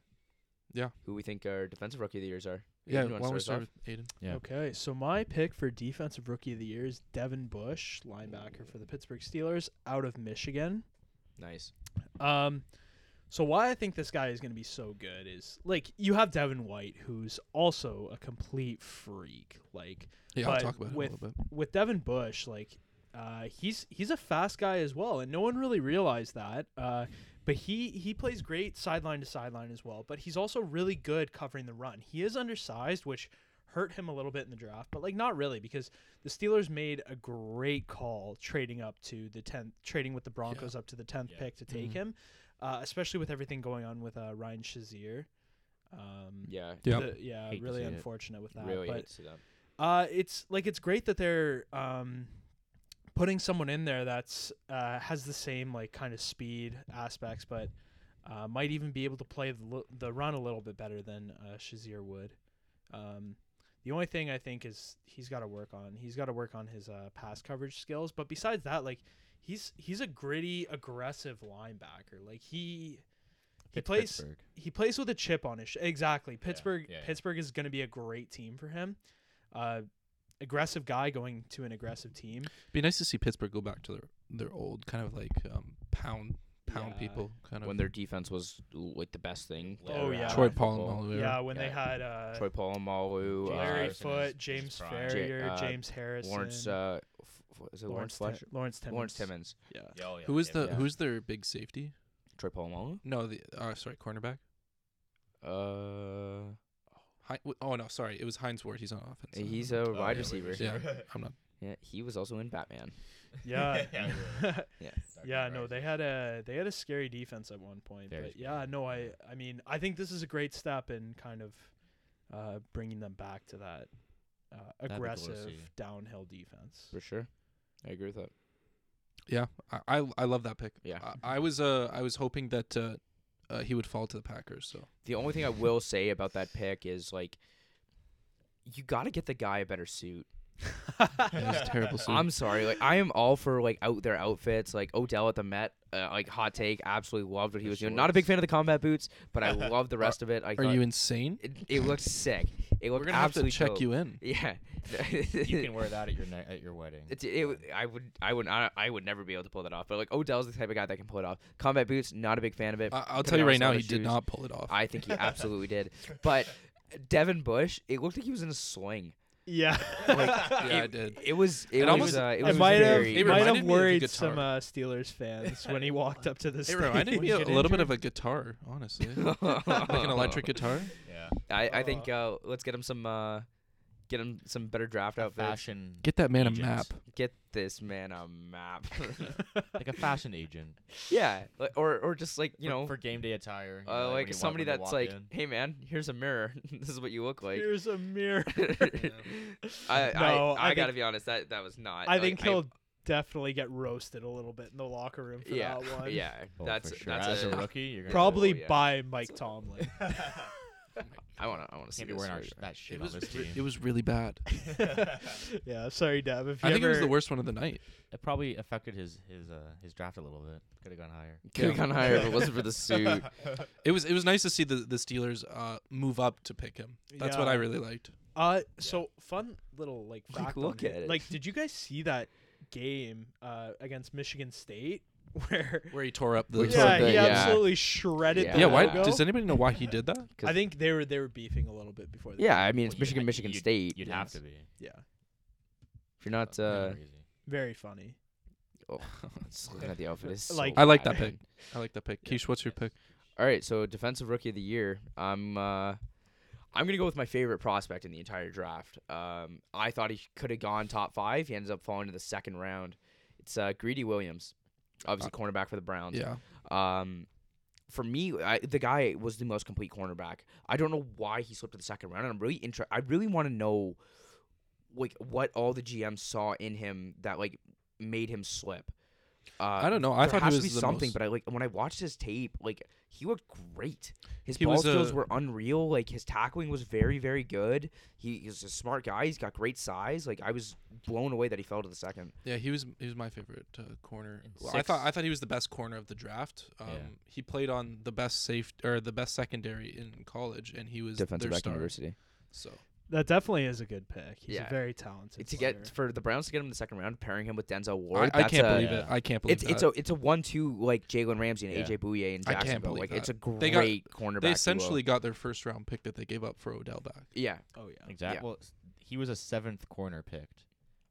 Yeah.
who we think our defensive rookie of the years are.
yeah,
Aiden, you
why
wanna
don't we
start
start
us
with Aiden?
Yeah.
Okay, so my pick for defensive rookie of the year is Devin Bush, linebacker for the Pittsburgh Steelers out of Michigan.
Nice.
Mm.
Um, so why I think this guy is going to be so good is like you have Devin White, who's also a complete freak. Like
Yeah, I'll
But
talk about it a
with-
little bit.
with Devin Bush, like uh, he's he's a fast guy as well, and no one really realized that. Uh, but he he plays great sideline to sideline as well. But he's also really good covering the run. He is undersized, which hurt him a little bit in the draft, but like not really because the Steelers made a great call trading up to the tenth, trading with the Broncos up to the tenth
Yeah.
pick to take
Mhm.
Mm-hmm.
him, uh, especially with everything going on with uh, Ryan Shazier. Um,
Yeah.
Yep.
the- yeah,
Hate to
really
see it.
unfortunate with that.
Really
but
hate to see that.
uh, it's like it's great that they're um, putting someone in there that's uh, has the same like kind of speed aspects, but uh, might even be able to play the, l- the run a little bit better than uh, Shazier would. Um, the only thing I think is he's got to work on. He's got to work on his uh, pass coverage skills. But besides that, like he's he's a gritty, aggressive linebacker. Like he he
Pick
plays
Pittsburgh.
he plays with a chip on his sh- exactly pittsburgh
yeah, yeah.
pittsburgh is going to be a great team for him uh aggressive guy going to an aggressive team
Be nice to see Pittsburgh go back to their their old kind of like um, pound pound
Yeah.
people kind of
When their defense was l- like the best thing.
Oh,
ever
yeah.
happened
Troy
in
Paul
football.
and
yeah,
Oliver.
when
yeah.
they had uh
Troy Paul and Malu.
larry
Harrison
Uh,
is-
foot
is
james
prime.
Ja-
ferrier
uh,
james harrison
Lawrence. Uh, f- f- is it Lawrence
lawrence, Tim-
Fletcher?
lawrence timmons
Lawrence Timmons.
yeah
Yeah, oh, yeah,
Who is
yeah,
the
yeah.
who's their big safety?
Troy Paul and Malu.
No, the uh, sorry, cornerback.
Uh,
Hi- w- oh no, sorry, it was Heinz Ward. He's on offense. Uh,
he's a
Oh, yeah,
wide receiver.
Yeah. I'm not.
Yeah, he was also in Batman.
yeah
Yeah,
yeah,
Yeah.
no they had a they had a scary defense at one point
Very
but
scary.
yeah no i i mean i think this is a great step in kind of uh bringing them back to that uh,
be cool to
aggressive
see.
downhill defense
For sure. I agree with that.
Yeah, I, I I love that pick.
Yeah.
I, I was uh I was hoping that uh, uh he would fall to the Packers. So
The only thing I will say about that pick is like, you got to get the guy a better suit.
it's terrible. suit.
I'm sorry, like I am all for like out their outfits. Like Odell at the Met, uh, like hot take, absolutely loved what he
The
was doing. Not a big
shorts.
fan of the combat boots, but I love the rest of it. I
Are
thought
you insane?
it, it looked sick. It
We're
looked
gonna have to
absolutely
check you in.
Yeah,
you can wear that at your ni- at your wedding.
It's, it, w- I would, I would, I, I would never be able to pull that off. But like Odell's the type of guy that can pull it off. Combat boots, not a big fan of it.
I, I'll
Put
tell
it
you
on
right now,
solid
he did
shoes.
not pull it off.
I think he absolutely did. But Devin Bush, it looked like he was in a sling.
yeah
Like,
yeah,
it,
I did.
It was, it,
It
was,
almost-
uh, it
it
was
I might have,
very-
It
might
reminded me
have
of the
worried
guitar.
some uh, Steelers fans when he walked up to the
It
stage.
reminded me a little bit of a guitar, honestly, like an electric guitar.
yeah.
I, I think uh, let's get him some uh, get him some better draft
A
outfits.
fashion.
Get that man
Agents.
a map.
Get this man a map.
like a fashion agent.
yeah, like, or or just like you
for,
know,
for game day attire. you know,
uh,
when
like
you walk-
somebody
when you
that's
walk
like,
in.
hey man, here's a mirror. this is what you look like.
Here's a mirror.
I,
No,
I, I,
I
gotta
think-
be honest, that that was not.
I
like,
think he'll definitely get roasted a little bit in the locker room for
yeah,
that one.
yeah.
Oh,
that's
for sure.
that's
Oh,
as a, rookie. You're gonna
Probably
yeah.
by Mike Tomlin.
I want to. I want to see
Oh Can't be
this
wearing our,
right
sh-
away.
that shit
It
on
was,
this
re-
team.
it was really bad.
yeah, sorry, Dab. If you
I think it was
ever-
the worst one of the night.
It probably affected his his uh, his draft a little bit. Could have gone higher.
Could have
Yeah.
gone higher if it wasn't for the suit.
It was it was nice to see the, the Steelers uh, move up to pick him. That's what
Yeah.
I really liked.
Uh, so fun little like
Like,
fact. on
look
here.
at it.
Like, did you guys see that game uh against Michigan State where?
Where he tore up the
We
yeah,
tore the-
he
yeah.
absolutely shredded.
Yeah.
The
yeah, why
logo.
does anybody know why he did that?
I think they were they were beefing a little bit before. The
Yeah, I mean
Well,
it's
you'd
Michigan,
ha-
Michigan
you'd-
State.
You'd
you know,
have
it's-
to be.
yeah,
If you're
Oh,
not, uh,
crazy.
very funny.
oh, just looking at the outfit, it's
Like-
so
I like that
bad,
pick.
man.
I like that pick. Keish, what's your pick?
All right, so defensive rookie of the year. I'm uh, I'm gonna go with my favorite prospect in the entire draft. Um, I thought he could have gone top five. He ends up falling to the second round. It's uh, Greedy Williams, obviously
Uh,
cornerback for the Browns.
Yeah.
Um, for me, I, the guy was the most complete cornerback. I don't know why he slipped to the second round. And I'm really inter- I really want to know, like, what all the GMs saw in him that like made him slip. Uh,
I don't know. I
there
thought he
has
was
to be
the
something,
most-
but I like when I watched his tape, like he looked great. His
He
ball
was
skills
a-
were unreal. Like his tackling was very, very good. He, he's a smart guy. He's got great size. Like I was blown away that he fell to the second.
Yeah, he was he was my favorite uh, corner.
And
Well, I thought
six.
I thought he was the best corner of the draft. Um,
Yeah.
He played on the best safe or the best secondary in college, and he was
Defensive
their
back
star.
university.
So
That definitely is a good pick. He's
Yeah.
a very talented.
to
player.
get for the Browns to get him in the second round, pairing him with Denzel
I,
Ward.
I
that's
can't
a-
believe it.
Yeah.
I can't believe
It's
that.
it's a it's a one-two like Jalen Ramsey and
Yeah.
AJ Bouye and
I can't
Jacksonville.
believe
Like it's a great
They got-
cornerback.
they
duo.
essentially got their first round pick that they gave up for Odell back.
yeah
Oh yeah.
Exactly.
Yeah.
Well, s- he was a seventh corner picked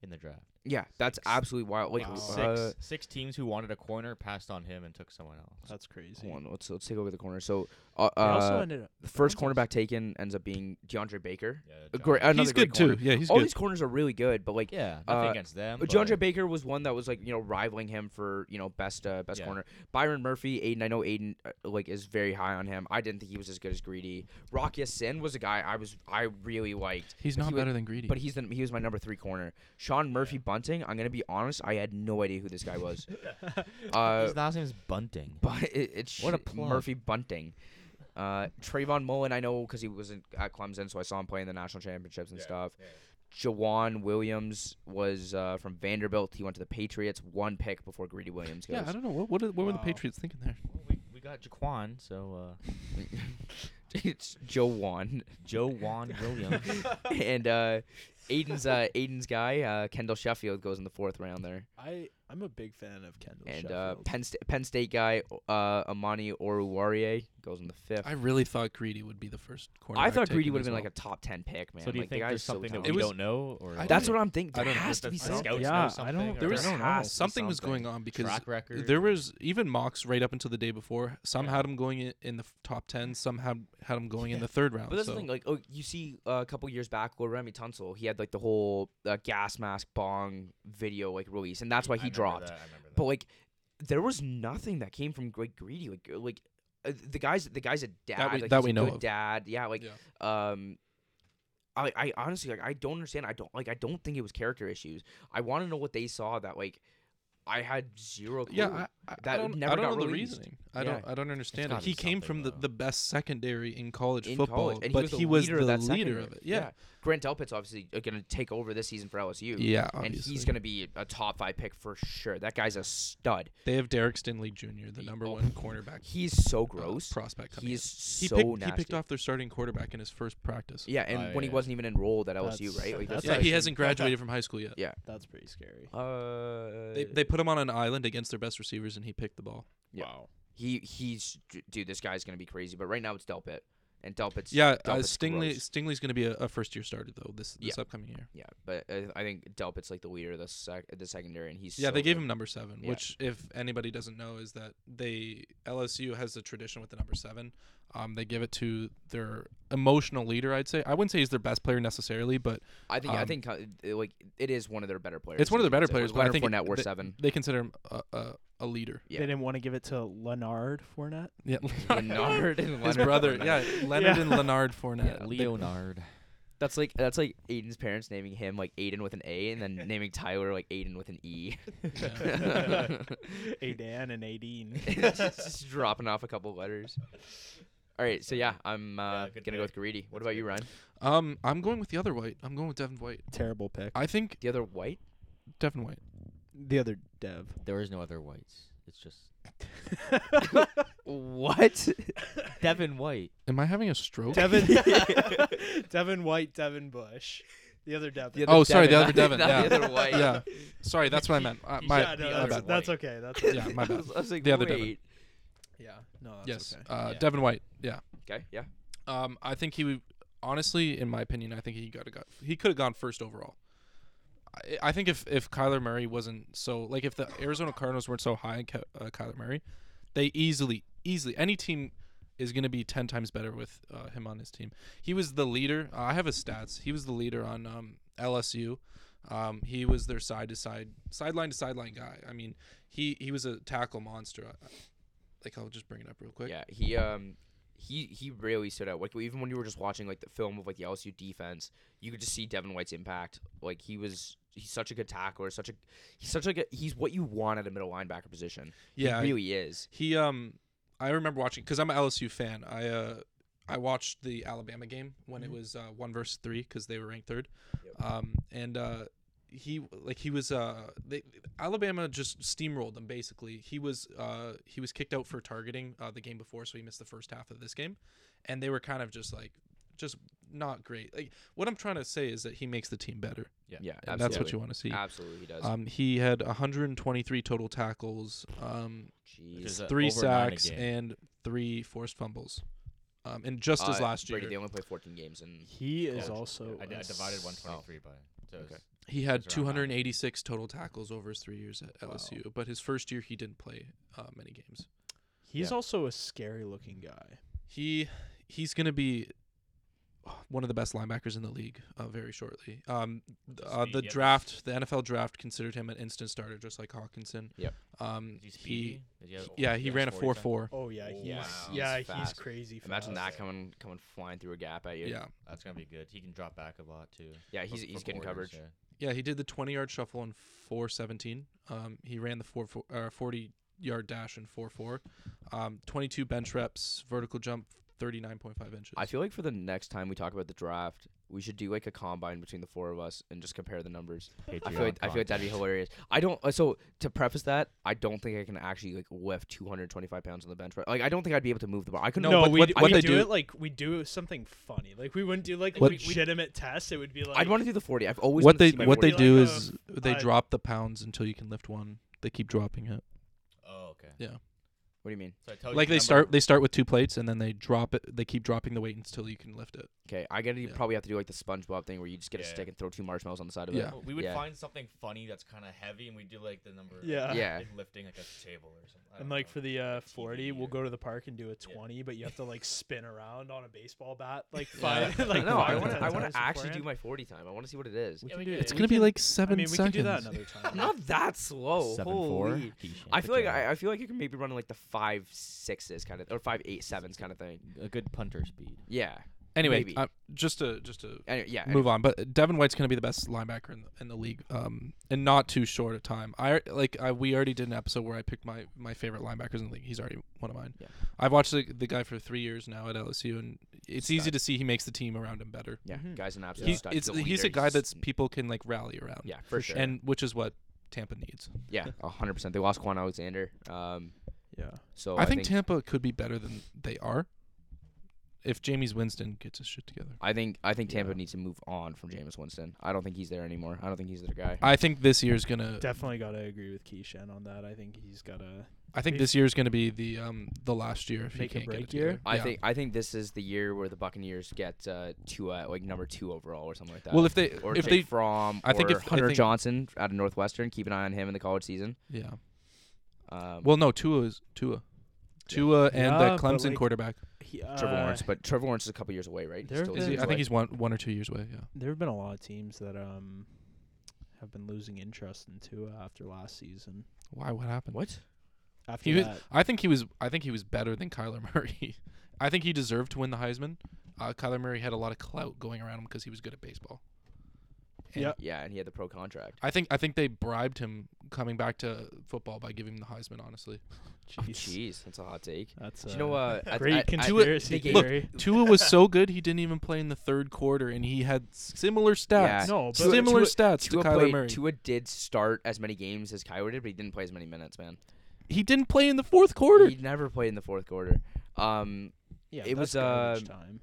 in the draft.
yeah that's absolutely wild. Like
Wow.
Six
uh,
six teams who wanted a corner passed on him and took someone else.
That's crazy.
hold on, let's let's take over the corner. So uh,
They also
uh,
ended up
the first
Browns
cornerback taken ends up being DeAndre Baker.
Yeah,
A
John-
great, another
he's
great
good
corner.
too. Yeah, he's
All
good.
these corners are really good, but like
Yeah, nothing
uh,
against them. but-
DeAndre Baker was one that was like you know rivaling him for you know best uh, best
Yeah.
corner. Byron Murphy, Aiden, I know Aiden uh, like is very high on him. I didn't think he was as good as Greedy. Rocky Sin was a guy I was I really liked.
He's
But
not
he was-
better than Greedy.
But he's the, he was my number three corner. Sean Murphy Bunting. I'm gonna be honest. I had no idea who this guy was. uh,
His last name is Bunting.
but it, it's
What a
sh-
plug.
Murphy Bunting. Uh, Trayvon Mullen. I know because he wasn't at Clemson, so I saw him playing the national championships and stuff. Jawan Williams was uh, from Vanderbilt. He went to the Patriots. One pick before Greedy Williams goes.
yeah, I don't know what what, what were the
Wow.
Patriots thinking there.
Well, we, we got Jaquan, so uh,
it's Jawan
Joe Juan Williams.
and uh, Aiden's uh, Aiden's guy uh, Kendall Sheffield goes in the fourth round there.
I I'm a big fan of Kendall
And uh,
Sheffield.
Penn, Sta- Penn State guy uh, Amani Oruwariye goes in the fifth.
I
I,
really thought Greedy would be the first corner.
thought Greedy would have been like a top ten pick, man.
so do you
like, the
think
guy's
there's
so
something that we
talented.
was-
don't know, or
I don't
That's
know.
what I'm thinking.
I
There
don't know.
has to
does
be
the scouts
something.
Yeah, I
know something?
don't-
or
there
was-
does
has to be
something was
something.
going on because
track record.
There was even mocks right up until the day before. Some
Yeah.
had him going in, in the f- top ten. Some had had him going in the third round.
But that's
so.
the thing. Like, oh, you see, uh, a couple years back, Lil Remy Tunsil, he had like the whole uh, gas mask bong video like release, and that's why
I
he
remember
dropped.
that, I remember
But
that.
like, there was nothing that came from Greg Greedy. Like, uh, like uh, the guys, the guy's a dad.
we-
like,
that
he's
we
a
know
good
of.
Dad, yeah. Like,
Yeah.
um, I, I honestly like I don't understand. I don't like I don't think it was character issues. I want to know what they saw that like I had zero. Clue.
yeah, I, I, I
That
don't,
never
I don't
got
know the
released.
reasoning. I
Yeah.
don't I don't understand it.
gotta
He
be
came
something,
from the,
though.
the best secondary in college
in
football,
college, and
but
he
he
was
was
the leader
the
of, that
leader of
secondary.
it. Yeah,
Grant Delpit's obviously going to take over this season for LSU.
yeah.
and
obviously.
he's going to be a top five pick for sure. That guy's a stud.
They have Derek Stinley Jr., the number
Oh.
one cornerback.
He's so
uh,
gross.
prospect. Coming
He's
in. he
so
picked
nasty.
he picked off their starting quarterback in his first practice.
Yeah, and
Oh,
when he
yeah.
wasn't even enrolled at LSU,
That's-
right? Like,
that's
that's
yeah.
like-
He hasn't graduated from high school yet.
Yeah.
That's pretty scary.
Uh,
They they put him on an island against their best receivers, and he picked the ball.
Yeah.
Wow.
he he's d- dude. This guy's going to be crazy. But right now it's Delpit, and Delpit's
Yeah, uh,
Delpit's
Stingley
gross.
Stingley's going to be a, a first year starter though this this upcoming year.
Yeah, but uh, I think Delpit's like the leader of the sec- the secondary, and he's
Yeah,
so
they gave
good.
him number seven,
Yeah.
which if anybody doesn't know is that they LSU has a tradition with the number seven. Um, they give it to their emotional leader. I'd say I wouldn't say he's their best player necessarily, but
I think I
um,
think uh, it- like it is one of their better players.
it's one of their better
It's like
players. But I
Leonard
think
Fournette were
they,
seven.
They consider him a, a, a leader.
Yeah.
They didn't want to give it to Leonard Fournette.
Yeah,
Leonard and
his
Leonard
brother.
Fournette.
Yeah, Leonard and
Yeah.
Leonard Fournette. They-
Leonard.
That's like that's like Aiden's parents naming him like Aiden with an A and then naming Tyler like Aiden with an E.
A Dan and Aiden.
Just dropping off a couple letters. All right, so yeah, I'm uh,
good
gonna go with
pick.
Greedy. What
That's
about
good.
you, Ryan?
Um, I'm going with the other White. I'm going with Devin White.
Terrible pick.
I think
The other white.
Devin White.
The other Dev.
There is no other whites. It's just
What?
Devin White.
Am I having a stroke?
Devin, Devin White, Devin Bush, the other Devin.
other- Oh, sorry, the
not-
other Devin,
not
yeah.
The other white.
yeah. Sorry, that's what I meant. Uh,
he
my,
yeah,
the
no,
other
that's,
White.
that's okay. That's okay.
Yeah, my
I
bad.
was, I was like,
The other
wait.
Devin.
yeah, no, that's
yes,
okay.
uh,
Yeah.
Devin White. Yeah.
Okay, yeah.
Um, I think he would, honestly, in my opinion, I think he got got he could have gone first overall. I, I think if if Kyler Murray wasn't so like if the Arizona Cardinals weren't so high in Ky- uh, Kyler Murray, they easily easily any team is going to be 10 times better with uh, him on his team. He was the leader. I have his stats. He was the leader on um, LSU. Um, he was their side to side sideline to sideline guy. I mean, he he was a tackle monster. I- I- Like I'll just bring it up real quick.
Yeah, he um he he really stood out. Like even when you were just watching like the film of like the LSU defense, you could just see Devin White's impact. Like he was he's such a good tackler, such a he's such like a he's what you want at a middle linebacker position.
yeah I-
he really is.
He um I remember watching cuz I'm an LSU fan. I uh I watched the Alabama game when it was uh 1 versus 3 cuz they were ranked 3rd.
Mm-hmm. Yep.
Um and uh he like he was uh they Alabama just steamrolled them basically. He was uh he was kicked out for targeting uh, the game before so he missed the first half of this game and they were kind of just like just not great. Like what I'm trying to say is that he makes the team better.
Yeah.
Yeah,
And
absolutely.
that's what you want to see.
Absolutely, he does.
Um he had 123 total tackles. Um
Which
Jeez.
is, uh,
three
over nine a
sacks
game.
and three forced fumbles. Um, and just as
Uh,
last year,
Brady, they only played 14 games, and
He
is
also.
I, di- I divided
oh.
123 by. So
Okay.
okay.
he had
It's around
286 total tackles over his three years at LSU. But his first year, he didn't play uh, many games.
He's
Yeah.
also a scary looking guy.
He he's gonna be uh, one of the best linebackers in the league uh, very shortly. Um,
With
th-
his
uh,
speed,
the
yeah.
draft, the NFL draft, considered him an instant starter, just like Hawkinson.
Yep.
Um,
Is he
he
speedy? Does he have-
yeah he
has
ran a
40
four
time?
four.
Oh yeah, he's
Wow.
yeah,
He's
he's,
fast.
crazy. Fast.
imagine that
fast.
coming coming flying through a gap at you.
Yeah,
That's gonna be good. He can drop back a lot too.
yeah. He's
From-
he's
from
getting
corners,
coverage.
yeah.
Yeah, he did the 20 yard shuffle in 417. Um, he ran the four, four, uh, 40 yard dash in 4 4. Um, 22 bench reps, vertical jump, 39.5 inches.
I feel like for the next time we talk about the draft, we should do like a combine between the four of us and just compare the numbers. I feel like I
"Oh,
feel like that'd be hilarious. I don't. Uh, so to preface that, I don't think I can actually like lift 225 pounds on the bench. Right? Like I don't think I'd be able to move the bar. I couldn't.
No,
No,
but
but
we
what-
d-
what
we
they
do
do-
it like we do something funny. Like we wouldn't do like
What-
legitimate tests. It would be like
I'd want to do the 40. I've always
what
wanted
they
to see my
what
40.
they
like
do
a-
is they
uh,
drop the pounds until you can lift one. They keep dropping it.
Oh, okay.
What do you mean?
So I tell Oh, you
Like
the
they
number-
start they start with two plates and then they drop it. They keep dropping the weight until you can lift it.
Okay, I gotta do-
Yeah.
probably have to do like the SpongeBob thing where you just get a
Yeah.
stick and throw two marshmallows on the side of
Yeah.
it.
Well, we would
Yeah.
find something funny that's kind of heavy, and we do like the number.
Yeah.
Yeah.
like, lifting like a table or something. I
And
don't
like
know.
for the uh,
TV
40, we'll
or-
go to the park and do a 20, but you have to like spin around on a baseball bat like five like
no,
five
I
to
want to.
ten
I want
times
to actually do
beforehand.
my 40 time. I want to see what it is.
We
Yeah,
can
we
do
can-
it.
It's
We
gonna be like
I
seven
mean, we can
seconds.
do that another time.
Not that slow.
Seven
Holy.
four.
I feel like I, I feel like you can maybe run like the five sixes kind of or five eight sevens kind of thing.
a good punter speed.
Yeah.
Anyway,
Maybe.
uh, just to just to
Anyway, yeah.
move on. But Devin White's going to be the best linebacker in the, in the league, um, and not too short a time. I like I we already did an episode where I picked my my favorite linebackers in the league. He's already one of mine.
Yeah.
I've watched the, the guy for three years now at LSU, and it's easy
Stud.
to see he makes the team around him better.
Yeah,
Mhm.
guys, an absolute
He's
stud.
it's,
a
he's a
leader.
guy that's
s-
people can like rally around.
yeah for sure.
and which is what Tampa needs.
yeah, a hundred percent. They lost Quan Alexander. Um,
Yeah.
so
I, think, Tampa could be better than they are if Jamie's Winston gets his shit together.
I think I think Tampa needs to move on from Jameis Winston. I don't think he's there anymore. I don't think he's their guy.
I think this year's gonna.
Definitely got to agree with Keyshan on that. I think he's got to
I think
we-
this year's gonna be the um the last year if he
Make or
can't get
break
it together.
year?
I
Yeah.
think I think this is the year where the Buccaneers get uh, to uh, like number two overall or something like that.
Well, if they
or
if
Jake
they
Fromm,
I think
or
if- I
Hunter
think-
Johnson out of Northwestern, keep an eye on him in the college season.
yeah.
Um,
Well, no, Tua is Tua. Tua and
Yeah,
that
but,
Clemson
like,
quarterback.
he,
Trevor
uh,
Lawrence, but Trevor Lawrence is a couple years away, right?
there have
Still
been-
Is he,
years
I
away.
think he's one one or two years away. Yeah.
There have been a lot of teams that um have been losing interest in Tua after last season.
Why? What happened?
what?
After
He was,
that,
I think he was. I think he was better than Kyler Murray. I think he deserved to win the Heisman. Uh, Kyler Murray had a lot of clout going around him because he was good at baseball. And
Yep.
Yeah, and he had the pro contract.
I think I think they bribed him coming back to football by giving him the Heisman. Honestly,
Jeez.
Jeez, that's a hot take.
That's
Do Oh, you know, uh, I-
great
I- I-
conspiracy
they gave-
theory.
Tua was so good he didn't even play in the third quarter, and he had similar stats.
Yeah.
no, but
Tua-
similar
Tua-
stats
Tua
to Kyler
played-
Murray.
Tua did start as many games as Kyler did, but he didn't play as many minutes, man.
he didn't play in the fourth quarter.
He never played in the fourth quarter. Um,
yeah,
it
that's
was,
garbage
uh,
time.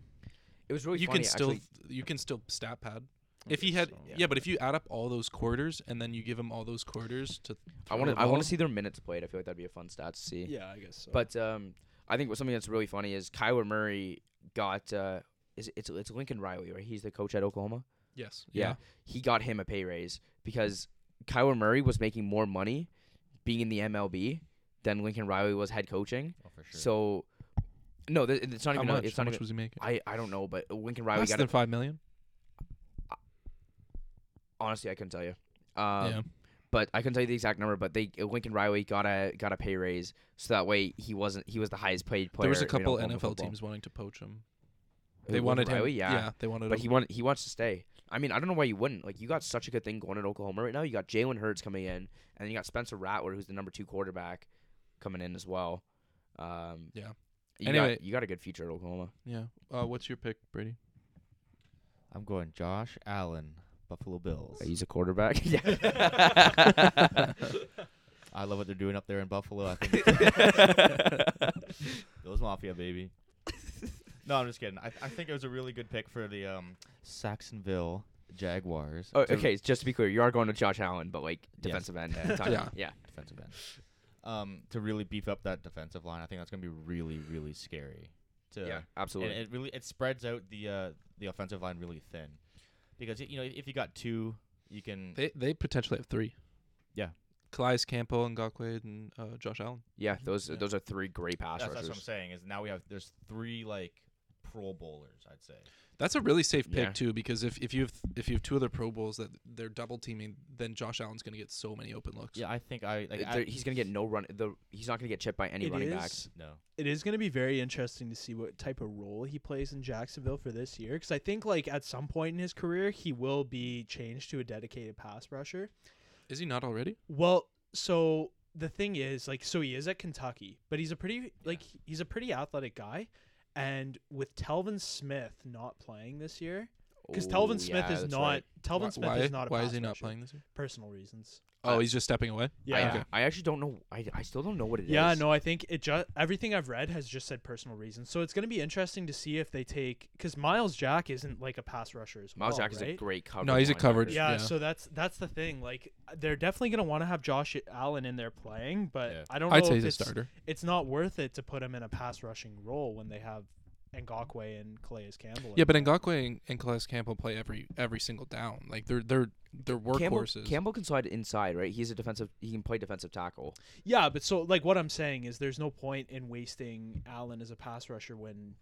it was really
you
funny
can still
actually.
you can still stat pad.
I
If he
guess
had
so.
yeah. but if you add up all those quarters and then you give him all those quarters to
I want to I want to see their minutes played. I feel like that'd be a fun stat to see.
Yeah, I guess so.
But um, I think what- something that's really funny is Kyler Murray got uh, is it's it's Lincoln Riley right? He's the coach at Oklahoma.
Yes.
Yeah. He got him a pay raise because Kyler Murray was making more money being in the MLB than Lincoln Riley was head coaching.
Oh, for sure.
So no, th- it's not
How
even.
much,
A, it's
how
not
much
even.
was he making?
I, I don't know, but Lincoln Riley
Less
got
than
it.
five million.
Honestly, I couldn't tell you. Um,
yeah.
but I couldn't tell you the exact number. But they Lincoln Riley got a got a pay raise, so that way he wasn't he was the highest paid player.
There was a
in
couple
Oklahoma
NFL
football.
teams wanting to poach him.
Who,
They
Lincoln
wanted him.
Riley, yeah.
they wanted
But
him.
he wanted he wants to stay. I mean, I don't know why you wouldn't. Like you got such a good thing going at Oklahoma right now. You got Jalen Hurts coming in, and then you got Spencer Rattler, who's the number two quarterback, coming in as well. Um,
Yeah.
You
Anyway.
got, you got a good future at Oklahoma.
yeah. Uh, what's your pick, Brady?
I'm going Josh Allen, Buffalo Bills.
He's a quarterback. yeah.
I love what they're doing up there in Buffalo. I think Bills Mafia, baby. no, I'm just kidding. I, I think it was a really good pick for the um, Saxonville Jaguars.
Oh,
to-
okay, just to be clear, you are going to Josh Allen, but like defensive end.
Yeah.
talking-
Yeah.
yeah.
defensive end. Um, to really beef up that defensive line, I think that's going to be really, really scary. To
Yeah,
and
absolutely.
it really it spreads out the uh, the offensive line really thin, because y- you know if, if you got two, you can
They they potentially have three.
Yeah.
Calais Campo and Gawkwade and uh, Josh Allen.
yeah, those
Yeah.
those are three great pass
that's, that's
rushers.
what I'm saying is now we have there's three like Pro Bowlers I'd say.
That's a really safe pick
Yeah.
too, because if, if you have if you have two other Pro Bowls that they're double teaming, then Josh Allen's going to get so many open looks.
Yeah, I think I like
Uh, there- he's gonna get no run. The he's not gonna get chipped by any
It
running
is-
back.
no.
it is going to be very interesting to see what type of role he plays in Jacksonville for this year cuz I think like at some point in his career he will be changed to a dedicated pass rusher.
Is he not already?
Well, so the thing is, like, so he is at Kentucky, but he's a pretty like he's a pretty athletic guy, and with Telvin Smith not playing this year, because Telvin Smith is not Telvin
Why-
Smith
why,
is not. A
why
pass
is he not
rusher.
playing this year?
Personal reasons.
Oh, he's just stepping away.
Yeah,
Yeah.
Okay.
I actually don't know. I, I still don't know what it is.
Yeah, no, I think it just everything I've read has just said personal reasons. So it's going to be interesting to see if they take because Miles Jack isn't like a pass rusher as
Miles
well,
Jack is a
Oh, right?
great coverage.
he's a
linebacker.
coverage-
Yeah,
Yeah.
so that's that's the thing. Like they're definitely going to want to have Josh Allen in there playing, but
Yeah.
I don't know
I'd say
if
he's a
it's
starter.
it's not worth it to put him in a pass rushing role when they have Ngakwe and Calais Campbell.
Yeah, but Ngakwe and, and Calais Campbell play every every single down. Like they're they're they're
Campbell,
workhorses.
Campbell can slide inside, right? He's a defensive. He can play defensive tackle.
yeah, but so like what I'm saying is there's no point in wasting Allen as a pass rusher when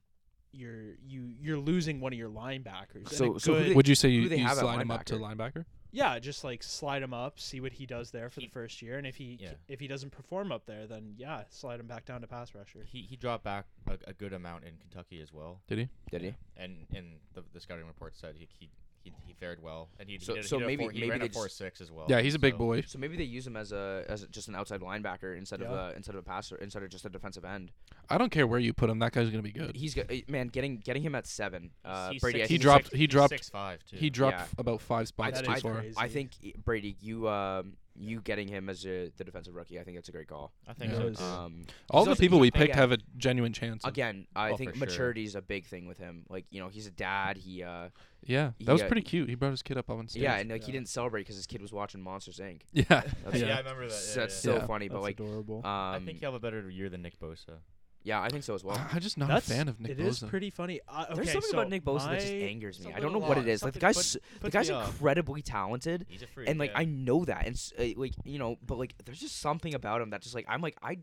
you're you you're losing one of your linebackers. And a
So- so who
good-
they-
Would you say
who
you,
they
you
have at
slide him up to linebacker?
yeah, just like slide him up, see what he does there for the first year, and if he
Yeah.
if he doesn't perform up there, then yeah, slide him back down to pass rusher.
He he dropped back a, a good amount in Kentucky as well.
Did he?
Did he?
Yeah. And and the, the scouting report said he he, he, he fared well, and he
So-
he did,
so
he did
maybe-
a four, he
maybe
ran
they
a
just-
four six as well.
Yeah, he's a big
so-
boy.
Oh, So maybe they use him as a as a, just an outside linebacker instead of
Yeah.
a instead of a passer instead of just a defensive end.
I don't care where you put him. That guy's going to be good.
He's got eh, man getting getting him at seven.
He's-
Uh,
he's
Brady,
six-
I
He
he's
think-
dropped-
six-
he
he's
dropped-
six five too.
He dropped
Yeah.
f- about five spots
That
too
is
far.
crazy.
I think eh, Brady, you um you getting him as a, the defensive rookie, I think that's a great call.
I think
Yeah.
so.
Yes.
too.
Um,
All
He's
the
also-
people
he's-
we picked
again-
have a genuine chance. of-
again, I
Oh,
think
for sure.
maturity is a big thing with him. Like you know, he's a dad. He uh
yeah, that was
yeah,
pretty cute. He brought his kid up on stage.
yeah, and like he
Yeah.
didn't celebrate because his kid was watching Monsters Inc.
yeah,
That's-
yeah,
yeah.
I remember that.
So
yeah,
that's
yeah,
so
yeah.
yeah.
funny, but like
adorable.
um,
I think he'll Ah, have a better year than Nick Bosa.
yeah, I think so as well.
I'm just not
That's-
a fan of Nick
it is
Bosa.
pretty funny. Uh, okay,
There's something
so
about Nick Bosa that just
my-
angers me. I
something
don't know what it
along-
is. Like the
something
guy's
put-
s- the
puts
guy's
me off.
incredibly talented,
He's a freak.
and like
yeah.
I know that, and s- uh, like you know, but like there's just something about him that just like I'm like I.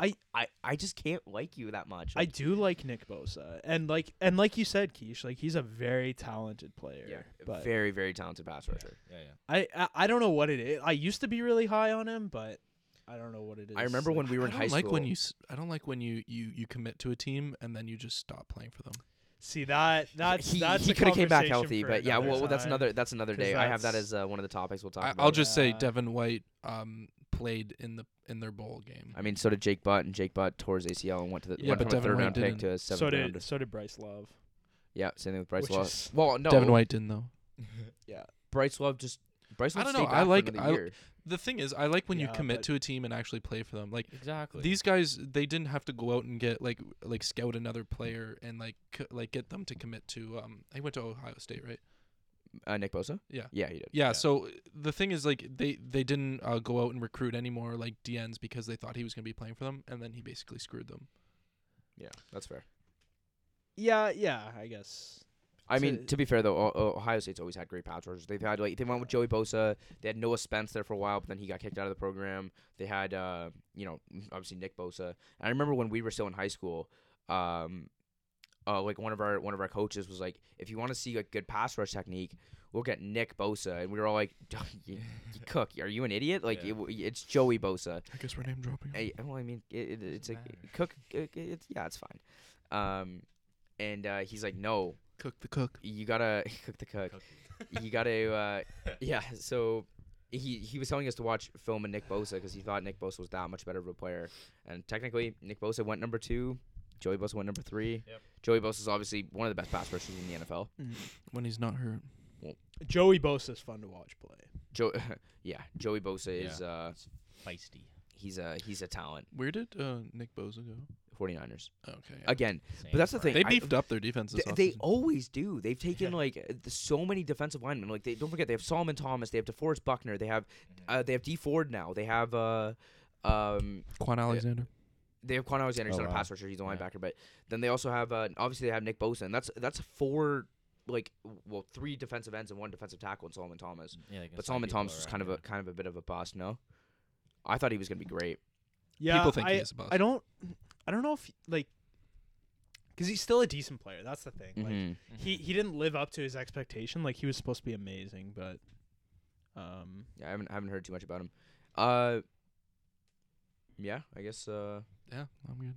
I,
I-
I, I just can't like you that much.
I
Like,
do like Nick Bosa, and like and like you said, Keish, like he's a very talented player.
yeah,
but
very very talented pass rusher.
yeah, yeah.
I, I I don't know what it is. I used to be really high on him, but I don't know what it is.
I remember when we were
I
in
don't
high
like
school.
when you. s- I don't like when you you you commit to a team and then you just stop playing for them.
see that that's
he
that's
he
could have
came back healthy, but yeah, well,
well
well, that's another that's another
'cause
day. I have that
that's-
as uh, one of the topics we'll talk
I,
about.
I'll just say
Yeah.
Devin White um, played in the in their bowl game.
I mean, so did Jake Butt, and Jake Butt tore his ACL and went to the
Yeah,
went
but
from a
Devin
third
White
round pick
didn't.
to a seventh
So
rounder.
did so did Bryce Love.
Yeah, same thing with Bryce
Which
Love.
is-
well, no,
Devin White didn't though.
Bryce Love just Bryce
I
Love
don't
stayed
know, I
back for
like-
another
I-
year.
The thing is, I like when you
Yeah,
commit
but-
to a team and actually play for them. Like
Exactly.
these guys, they didn't have to go out and get like like scout another player and like co- like get them to commit to. Um, he went to Ohio State, right?
Uh, Nick Bosa.
Yeah.
Yeah, he did.
Yeah. So the thing is, like they they didn't uh, go out and recruit any more like DNs because they thought he was gonna be playing for them, and then he basically screwed them.
Yeah, that's fair.
Yeah, yeah, I guess.
I
To-
mean, to be fair though, O- O- Ohio State's always had great pass rushers. They've had like they went with Joey Bosa. They had Noah Spence there for a while, but then he got kicked out of the program. They had uh, you know obviously Nick Bosa. And I remember when we were still in high school, um, uh, like one of our one of our coaches was like, if you want to see like good pass rush technique, look at Nick Bosa. And we were all like, you, you Cook, are you an idiot? Like
Yeah.
it w it's Joey Bosa.
I guess we're name dropping.
I, well, I mean, it, it, it's like
matter.
Cook. It, it's yeah, it's fine. Um, and uh, he's like, no,
Cook the cook.
you gotta cook the cook. you gotta, uh, yeah. So he he was telling us to watch film of Nick Bosa because he thought Nick Bosa was that much better of a player. And technically, Nick Bosa went number two. Joey Bosa went number three.
Yep.
Joey Bosa is obviously one of the best pass rushers in the NFL.
When he's not hurt.
Joey Bosa's fun to watch play.
Joe, yeah, Joey Bosa is uh,
feisty.
he's a he's a talent.
Where did uh, Nick Bosa go?
49ers
Okay.
again, but that's the thing.
they
I-
beefed up their defense. This
Th- they
offseason.
always do. They've taken like uh, th- so many defensive linemen. Like they don't forget they have Solomon Thomas, they have DeForest Buckner, they have uh, they have D Ford now. They have uh um
Quan Alexander.
they have Quan Alexander, he's
Oh,
not a
wow.
pass rusher, he's a
Yeah.
linebacker, but then they also have uh, obviously they have Nick Bosa, and that's that's four like w- well three defensive ends and one defensive tackle and Solomon Thomas.
Yeah, like
But Solomon Thomas was kind of a kind of a bit of a bust, no? I thought he was gonna be great.
Yeah,
People think
I,
he's a bust.
I don't, I don't know if like, because he's still a decent player. That's the thing. Like
Mhm.
he he didn't live up to his expectation. Like he was supposed to be amazing, but um,
Yeah, I haven't I haven't heard too much about him. Uh yeah, I guess uh
Yeah, I'm good.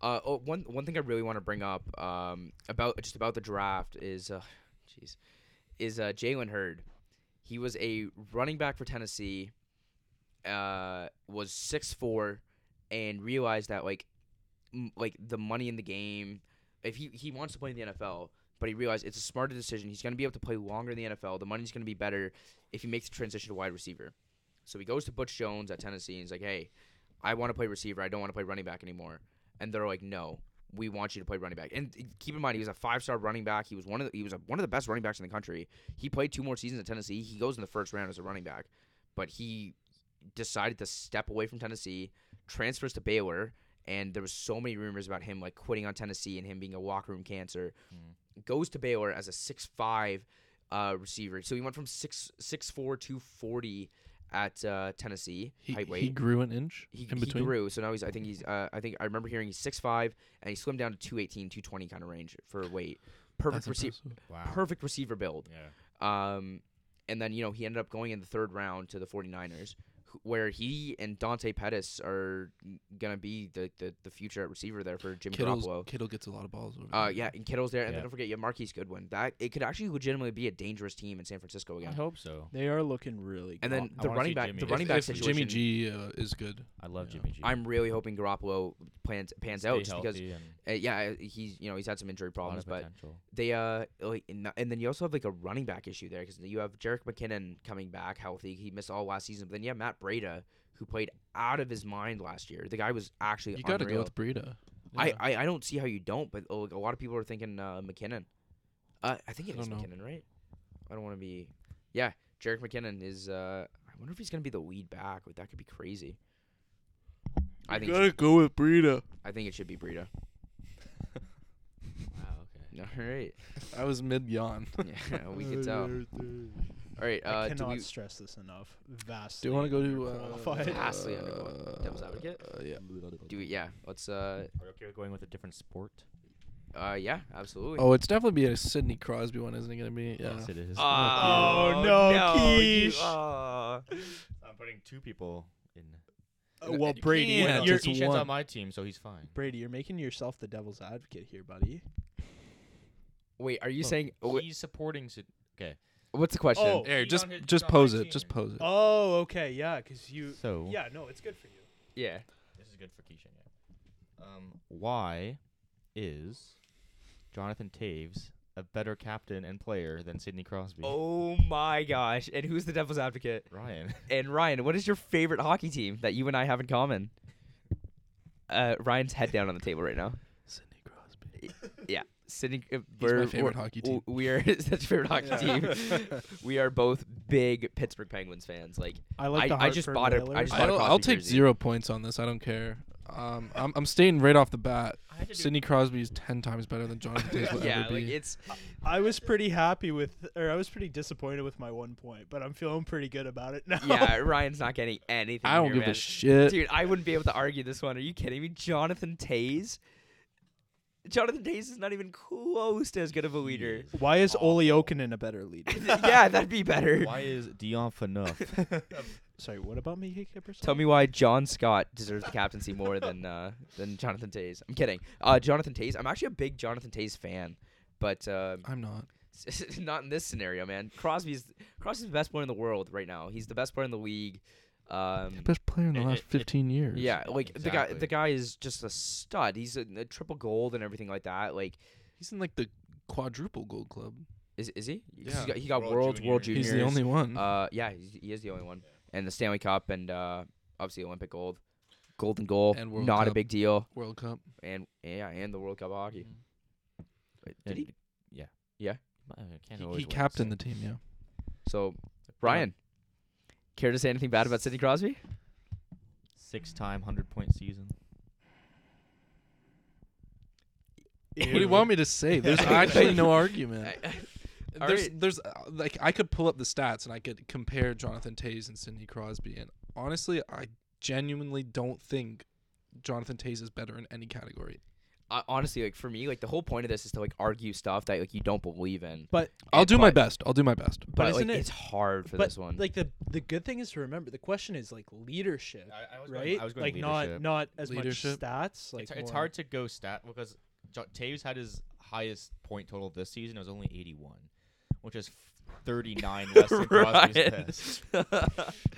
Uh, oh, one one thing I really want to bring up um, about just about the draft is, uh, jeez, is uh, Jalen Hurd. He was a running back for Tennessee. Uh, was six four, and realized that like, m- like the money in the game. If he he wants to play in the NFL, but he realized it's a smarter decision. He's going to be able to play longer in the NFL. The money's going to be better if he makes the transition to wide receiver. So he goes to Butch Jones at Tennessee and he's like, "Hey, I want to play receiver. I don't want to play running back anymore." and they're like, "No, we want you to play running back." And keep in mind, he was a five-star running back. He was one of the, he was one of the best running backs in the country. He played two more seasons at Tennessee. He goes in the first round as a running back, but he decided to step away from Tennessee, transfers to Baylor, and there was so many rumors about him like quitting on Tennessee and him being a locker room cancer.
Hmm.
Goes to Baylor as a six-five uh, receiver, so he went from six six four to forty at uh, Tennessee
He,
height
he
weight
grew an inch
he,
in
he
between.
grew so now he's i think he's uh, i think i remember hearing he's 6'5 and he slimmed down to 218 220 kind of range for weight perfect
That's
receiver
impressive.
wow.
perfect receiver build
Yeah.
um and then you know he ended up going in the third round to the 49ers wh- where he and Dante Pettis are gonna be the, the, the future at receiver there for Jimmy
Kittle's,
Garoppolo.
Kittle gets a lot of balls. Over
Uh,
there.
yeah, and Kittle's there, and then
Yeah.
don't forget you have Marquise Goodwin. That it could actually legitimately be a dangerous team in San Francisco
I
again.
hope so.
they are looking really.
And
good.
then
I
the
wanna
running
see
back,
Jimmy.
the
If-
running back
if
situation.
Jimmy G uh, is good.
I love
Yeah.
Jimmy G.
I'm really hoping Garoppolo plans pans
Stay
out just because
healthy and
Uh, yeah, he's you know he's had some injury
a lot
problems,
of
but
potential.
they uh like and, and then you also have like a running back issue there because you have Jarek McKinnon coming back healthy. He missed all last season, but then you have Matt Breda who played out of his mind last year. The guy was actually
You got to go
unreal.
with Breida.
I,
Yeah.
I I don't see how you don't, but oh, like, a lot of people are thinking uh, McKinnon. Uh, I think it
I
is
don't know.
McKinnon, right? I don't want to be. Yeah, Jarek McKinnon is. uh I wonder if he's gonna be the lead back. Like that could be crazy. I think it should-
go with Breida.
I think it should be Breda.
Wow. Okay.
All right.
I was mid yawn.
Yeah, we could tell. All right.
I
Uh, do
cannot
we,
stress this enough.
Do
Vastly.
you want to go to uh,
Qualified.
Vastly
uh,
underqualified. Devil's advocate?
Uh, yeah.
do we, yeah. Let's. Uh,
Are you okay with going with a different sport?
uh, yeah. Absolutely.
Oh, it's definitely be a Sidney Crosby one, isn't it gonna be? Yeah.
Yes, it is.
Uh,
Oh, no, Keish.
I'm putting two people in.
Uh, well, Brady,
can't.
you're,
Just
Keishan's
one.
on my team, so he's fine.
Brady, you're making yourself the devil's advocate here, buddy.
wait, are you
Look,
saying? oh, wait,
he's supporting. Sid- okay,
What's the question?
Oh,
Here,
he
just
on his-
just
on my
pose it.
team.
Just pose it.
Oh, okay, yeah, because you.
So
Yeah, no, it's good for you.
Yeah.
this is good for Keishan. Yeah. Um, why is Jonathan Taves a better captain and player than Sidney Crosby?
Oh my gosh! And who's the devil's advocate?
Ryan.
And Ryan, what is your favorite hockey team that you and I have in common? Uh, Ryan's head down on the table right now.
Sidney Crosby.
Yeah, Sydney. Uh,
my
we're- we're-
favorite hockey
w-
team.
We are such favorite hockey team. we are both big Pittsburgh Penguins fans. Like
I like
I-
the
I just
Hartford
bought a- I
Whalers.
just bought a
I'll, I'll
Crosby
take
jersey.
zero points on this. I don't care. Um, I'm, I'm stating right off the bat. Sidney Crosby is ten times better than Jonathan Taves will
yeah,
ever
like
be.
it's
I was pretty happy with, or I was pretty disappointed with my one point, but I'm feeling pretty good about it now.
yeah. Ryan's not getting anything.
I don't
here,
give
man.
a shit.
Dude, I wouldn't be able to argue this one. Are you kidding me? Jonathan Taze. Jonathan Taze is not even close to as good of a leader.
Why is Oli Okunin a better leader?
yeah, that'd be better.
Why is Dion Phaneuf?
Sorry, what about me, Kipper?
Tell me why John Scott deserves the captaincy more than uh, than Jonathan Taze. I'm kidding. Uh, Jonathan Taze. I'm actually a big Jonathan Taze fan, but uh,
I'm not.
not in this scenario, man. Crosby's Crosby's the best player in the world right now. He's the best player in the league. Um,
Best player in the
It-
last
it- it-
15 years.
yeah, like the guy.
Exactly.
The guy is just a stud. He's a, a triple gold and everything like that. Like
he's in like the quadruple gold club.
Is is he? 'Cause
Yeah.
He's got, he got
World
worlds, world
Juniors.
juniors.
He's the only one.
Uh, yeah, he's, he is the only one. And the Stanley Cup and uh, obviously Olympic gold, golden goal.
And World
not a
Cup. Mm-hmm.
big deal.
World Cup.
And yeah, and the World Cup of hockey.
Mm.
Wait,
And-
did he?
Yeah.
Yeah.
Uh, can't
He,
always
he
win,
captained
so-
the team. Yeah.
So Ryan, care to say anything bad about Sidney Crosby?
six time hundred point season.
What do you want me to say? There's actually no argument.
All
There's,
right.
there's uh, like I could pull up the stats and I could compare Jonathan Taze and Sidney Crosby, and honestly, I genuinely don't think Jonathan Taze is better in any category.
I, honestly, like for me, like the whole point of this is to like argue stuff that like you don't believe in.
But
I'll
And-
do my
but-
best. I'll do my best.
But,
isn't
like,
it-
it's hard for
but
this one.
like the the good thing is to remember the question is like leadership,
I, was
right? like not not as
Leadership.
much stats. Like
it's, it's
more-
hard to go stat because Jo- Taves had his highest point total this season. It was only 81, which is 39 less than Crosby's
Ryan.
best.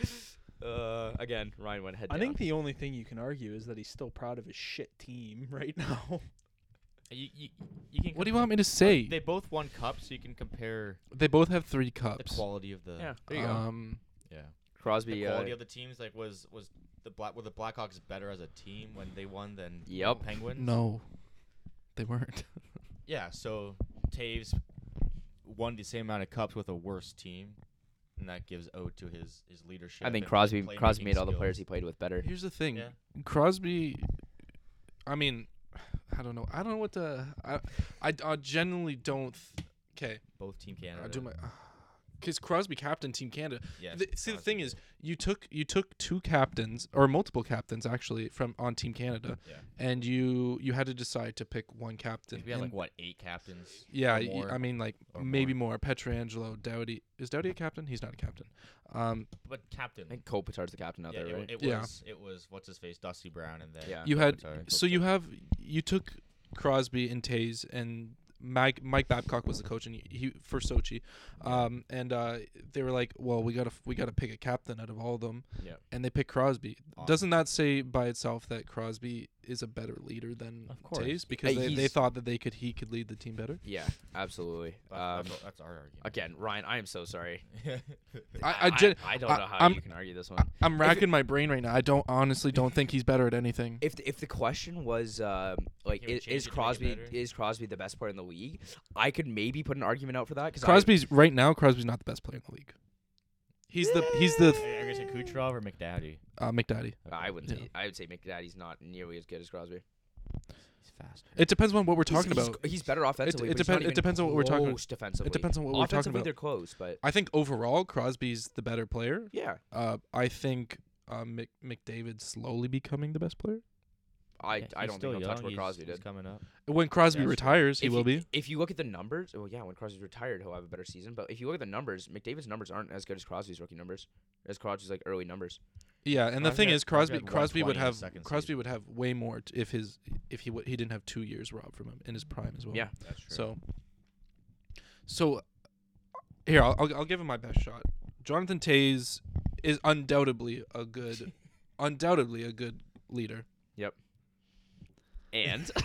uh, again, Ryan went head
I
down.
think the only thing you can argue is that he's still proud of his shit team right now.
You, you, you can
What do you
compare-
want me to say?
They both won cups, so you can compare
They both have three
the
cups.
quality of the
Yeah. There you go.
Um,
yeah the
Crosby.
quality
uh,
of the teams. Like was was the black were the Blackhawks better as a team when they won than the
Yep.
Penguins?
no, they weren't.
Yeah, so Taves won the same amount of cups with a worse team, and that gives ode to his his leadership.
I think
and
Crosby.
playmaking
Crosby made all the players he
skills.
played with better.
Here's the thing,
Yeah.
Crosby. I mean, I don't know. I don't know what to. I I, I generally don't. Okay,
Both Team Canada.
I'll do my. Because Crosby captain Team Canada.
Yes,
The- see, the
Crosby
thing
did.
is, you took you took two captains or multiple captains actually from on Team Canada,
Yeah.
and you you had to decide to pick one captain.
we had like
and-
what eight captains?
yeah,
or
y-
more?
I mean like
or
maybe more. Petrangelo, Doughty. Is Doughty a captain? He's not a captain. Um,
but
I
captain.
think Kopitar's the captain out
Yeah,
there,
it,
right?
it
Yeah.
was it was what's his face Dusty Brown and then
Yeah.
you had
Kopitar.
so you have you took Crosby and Tays and Mike Mike Babcock was the coach and he, he for Sochi, um, and uh, they were like, well, we gotta we gotta pick a captain out of all of them,
Yeah.
and they picked Crosby.
Awesome.
Doesn't that say by itself that Crosby is a better leader than
Of course.
Tays because
Hey,
they, they
he's-
thought that they could he could lead the team better?
Yeah, absolutely.
That's,
Um,
that's, what- that's our argument.
again, Ryan, I am so sorry.
I, I, gen-
I, don't
I-
know how
I'm-
you can argue this one.
I I'm racking my brain right now. I don't honestly don't think he's better at anything.
if the, if the question was um, like
Can we
is,
change
is
it to make it
Crosby
better?
is Crosby the best player in the league, I could maybe put an argument out for that because
Crosby's right now. Crosby's not the best player in the league. He's the he's the
Are you gonna say Kucherov or McDaddy?
uh, McDaddy.
I, wouldn't.
Yeah.
Say, I would say McDaddy's not nearly as good as Crosby.
He's faster.
It depends on what we're talking
he's,
about.
He's, he's better offensively.
it
but he's not
depen- it
even
depends on what we're talking about.
close Defensively,
depends on what we're talking
Offensively,
about.
They're close, but
I think overall Crosby's the better player.
yeah,
Uh, I think uh, Mc- McDavid's slowly becoming the best player.
I
Yeah,
I
he's
don't
still
think he'll touch
young,
what
he's-
Crosby
he's
did.
coming up.
When Crosby
That's true.
retires, he
if
will
you,
be.
If you look at the numbers, well, yeah, when Crosby's retired, he'll have a better season. But if you look at the numbers, McDavid's numbers aren't as good as Crosby's rookie numbers. As Crosby's like early numbers.
Yeah, and the
Crosby
thing
had-
is,
Crosby
Crosby
had
Crosby would
120 in his
have
second
Crosby
season.
would have way more t- if his if he w- he didn't have two years robbed from him in his prime as well.
Yeah.
That's true.
So. So, here I'll, I'll, I'll give him my best shot. Jonathan Tays is undoubtedly a good, undoubtedly a good leader.
And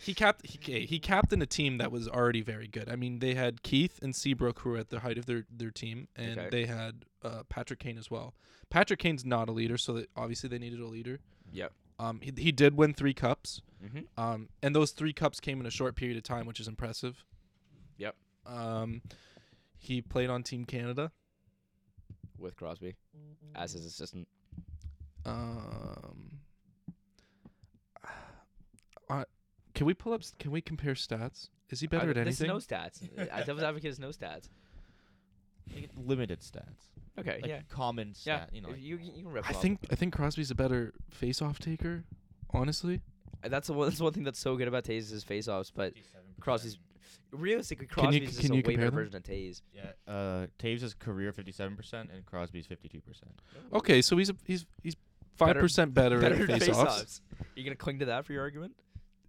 He capped he, ca- he captained a team that was already very good. I mean, they had Keith and Seabrook who were at the height of their, their team, and
Okay.
they had uh, Patrick Kane as well. Patrick Kane's not a leader, so they, obviously they needed a leader.
Yep.
Um, he, he did win three cups.
mm-hmm.
Um, and those three cups came in a short period of time, which is impressive.
Yep.
Um, he played on Team Canada.
with Crosby as his assistant.
Um, uh, can we pull up? s- Can we compare stats? Is he better
I,
at
this
anything?
is no stats. I devil's advocate is no stats.
Limited stats,
Okay,
like
yeah,
common
yeah.
stat. You know,
If
like-
you you can rip
I
them up.
think I think Crosby's a better face-off taker. Honestly,
Uh, that's the one. That's one thing that's so good about Taze is his face-offs, but Crosby's realistically
Can you-
Crosby's just
can
a
you
way better
compare them?
version of Taze.
yeah. Uh, Taves' career fifty-seven percent and Crosby's fifty-two percent.
okay, so he's a, he's he's
Better-
five percent better,
Better
at face-offs.
face-offs. You gonna cling to that for your argument?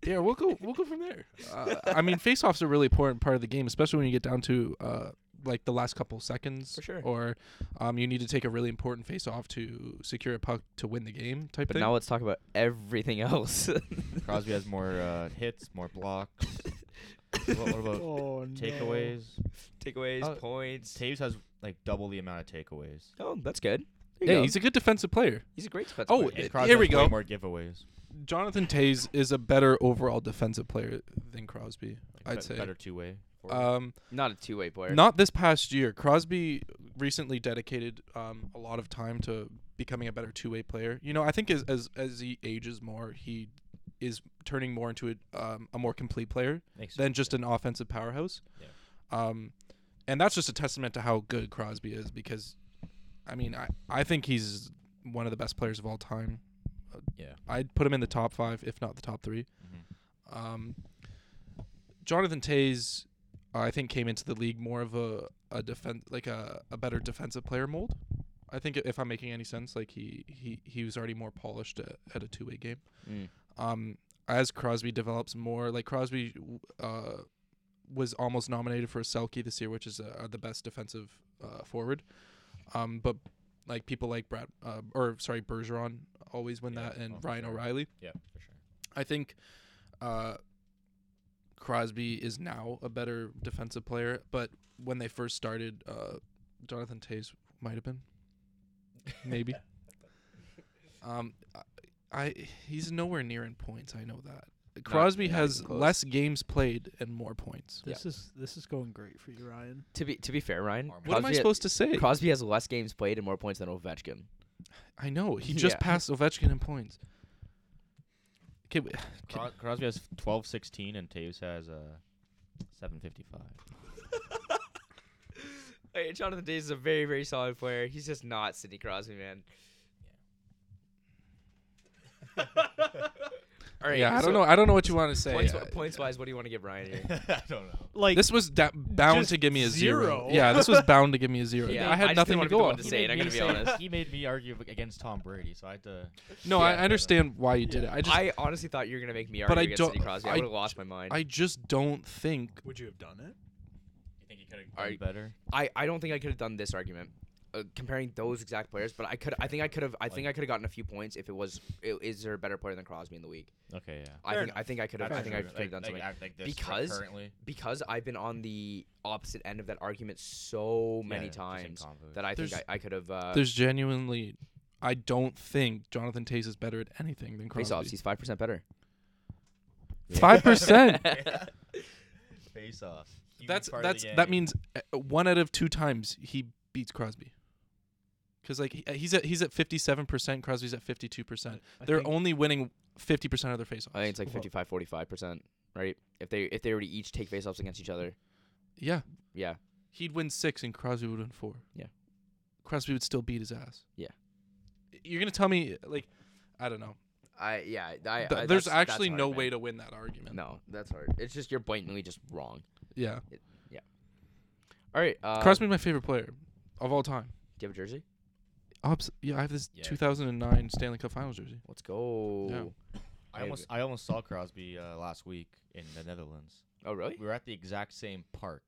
Yeah, we'll go we'll go from there. Uh, I mean, face-offs are really important part of the game, especially when you get down to uh, like the last couple seconds,
For sure.
or um, you need to take a really important face-off to secure a puck to win the game type
But
thing.
now let's talk about everything else.
Crosby has more uh, hits, more blocks. what, what about
Oh no.
takeaways?
Takeaways,
uh,
Oh,
points.
Taves has like double the amount of takeaways.
oh, that's good. There you
yeah,
go.
he's a good defensive player.
He's a great defensive
Oh,
player.
it-
And Crosby
here we
has way
go.
More giveaways.
Jonathan Tays is a better overall defensive player than Crosby,
Like,
I'd
bet-
say.
better two-way. forward.
Um,
not a two-way player.
not this past year. Crosby recently dedicated um, a lot of time to becoming a better two-way player. You know, I think as as, as he ages more, he is turning more into a, um, a more complete player
Makes
than
sense,
just
yeah.
an offensive powerhouse.
Yeah.
Um, and that's just a testament to how good Crosby is because, I mean, I, I think he's one of the best players of all time.
yeah.
I'd put him in the top five, if not the top three.
Mm-hmm.
Um, Jonathan Tays, I think, came into the league more of a a defense like a, a better defensive player mold. I think if I'm making any sense, like he he he was already more polished at, at a two way game.
Mm.
Um, as Crosby develops more, like Crosby, uh, was almost nominated for a Selkie this year, which is uh, the best defensive uh, forward. Um, but like people like Brad uh, or sorry Bergeron always win
Yeah,
that, and
oh, for
Ryan
sure.
O'Reilly.
Yeah, for sure.
I think uh, Crosby is now a better defensive player, but when they first started, uh, Jonathan Tays might have been, maybe. um, I, I he's nowhere near in points. I know that Crosby
not
has
even close.
less games played and more points.
This is this is going great for you, Ryan.
To be to be fair, Ryan.
What
What am I
Crosby-
supposed to say?
Crosby has less games played and more points than Ovechkin.
I know he just
Yeah.
passed Ovechkin in points. Okay, wait, Can-
Cro- Crosby has twelve sixteen, and Taves has uh, seven fifty-five.
Hey, Jonathan Days is a very, very solid player. He's just not Sidney Crosby, man. All right.
yeah, I
so
don't know. I don't know what you want to say.
Points,
Uh,
points wise, what do you want to give Ryan here?
I don't know.
Like
this was da- bound
just
to give me a zero.
zero.
Yeah, this was bound to give me a zero.
Yeah,
I
I
had
just
nothing
didn't wanna be the
to go
one
off.
to say it, I'm gonna be honest.
He made me argue against Tom Brady, so I had to.
No, I
Yeah.
understand why you did it. I just, I,
I honestly thought you were gonna make me argue
But I
against
don't-
Sidney Crosby. I
I-
would have lost my mind.
just don't think.
would you have done it?
You think he could have
All
done
right.
better?
I, I don't think I could have done this argument, uh, comparing those exact players. But I could. I think I could have. I think I could have gotten a few points if it was. i- Is there a better player than Crosby in the league?
Okay, yeah.
I
Fair
think. I think I could have. I
Fair
think I could have done something.
like, like this
Because-
currently
because I've been on the opposite end of that argument so many
Yeah, it's the same
times
convo.
that I think
There's-
I, I could have uh,
There's genuinely, I don't think Jonathan Tays is better at anything than
face offs.
Crosby.
He's five percent better.
Five percent.
face off. Huge
That's
part of the
that's that
game.
means uh, one out of two times he beats Crosby. Because like he- he's at he's at fifty seven percent, Crosby's at fifty two percent. They're only winning fifty percent of their faceoffs.
I think it's like
Well-
55 45 percent, right? If they if they were to each take face offs against each other,
yeah,
yeah,
he'd win six and Crosby would win four.
Yeah.
Crosby would still beat his ass.
Yeah.
You're gonna tell me like, I don't know.
I yeah, I,
Th- there's actually no way to win that argument.
No, that's hard. It's just you're blatantly just wrong.
Yeah.
All right, uh,
Crosby's my favorite player of all time.
Do you have a jersey?
Obs- yeah, I have this
Yeah.
2009 Stanley Cup Finals jersey.
Let's go.
I almost I almost saw Crosby uh, last week in the Netherlands.
Oh really?
We were at the exact same park,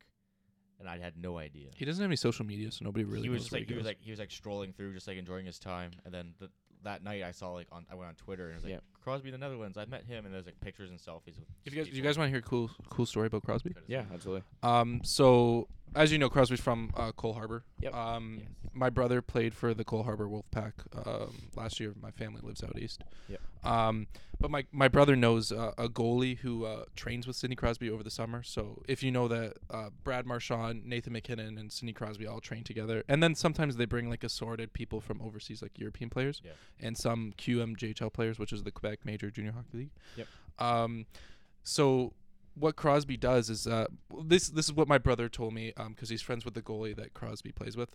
and I had no idea.
He doesn't have any social media, so nobody really
he was just
knows where
like
he
he was
goes.
like he was like strolling through, just like enjoying his time. And then th- that night, I saw like on I went on Twitter and it was like
Yeah.
Crosby in the Netherlands. I met him, and there's like pictures and selfies. With
If you guys, you guys want to hear a cool, cool story about Crosby?
Yeah, absolutely.
Um, so as you know, Crosby's from uh, Cole Harbor.
Yep.
Um, my brother played for the Cole Harbor Wolfpack um, last year. My family lives out east.
Yep.
Um, but my my brother knows uh, a goalie who uh, trains with Sidney Crosby over the summer. So if you know that uh, Brad Marchand, Nathan McKinnon, and Sidney Crosby all train together, and then sometimes they bring like assorted people from overseas, like European players,
Yeah.
and some QMJHL players, which is the Quebec Major Junior Hockey League.
Yep.
Um, so what Crosby does is uh, this this is what my brother told me because he's friends with the goalie that Crosby plays with.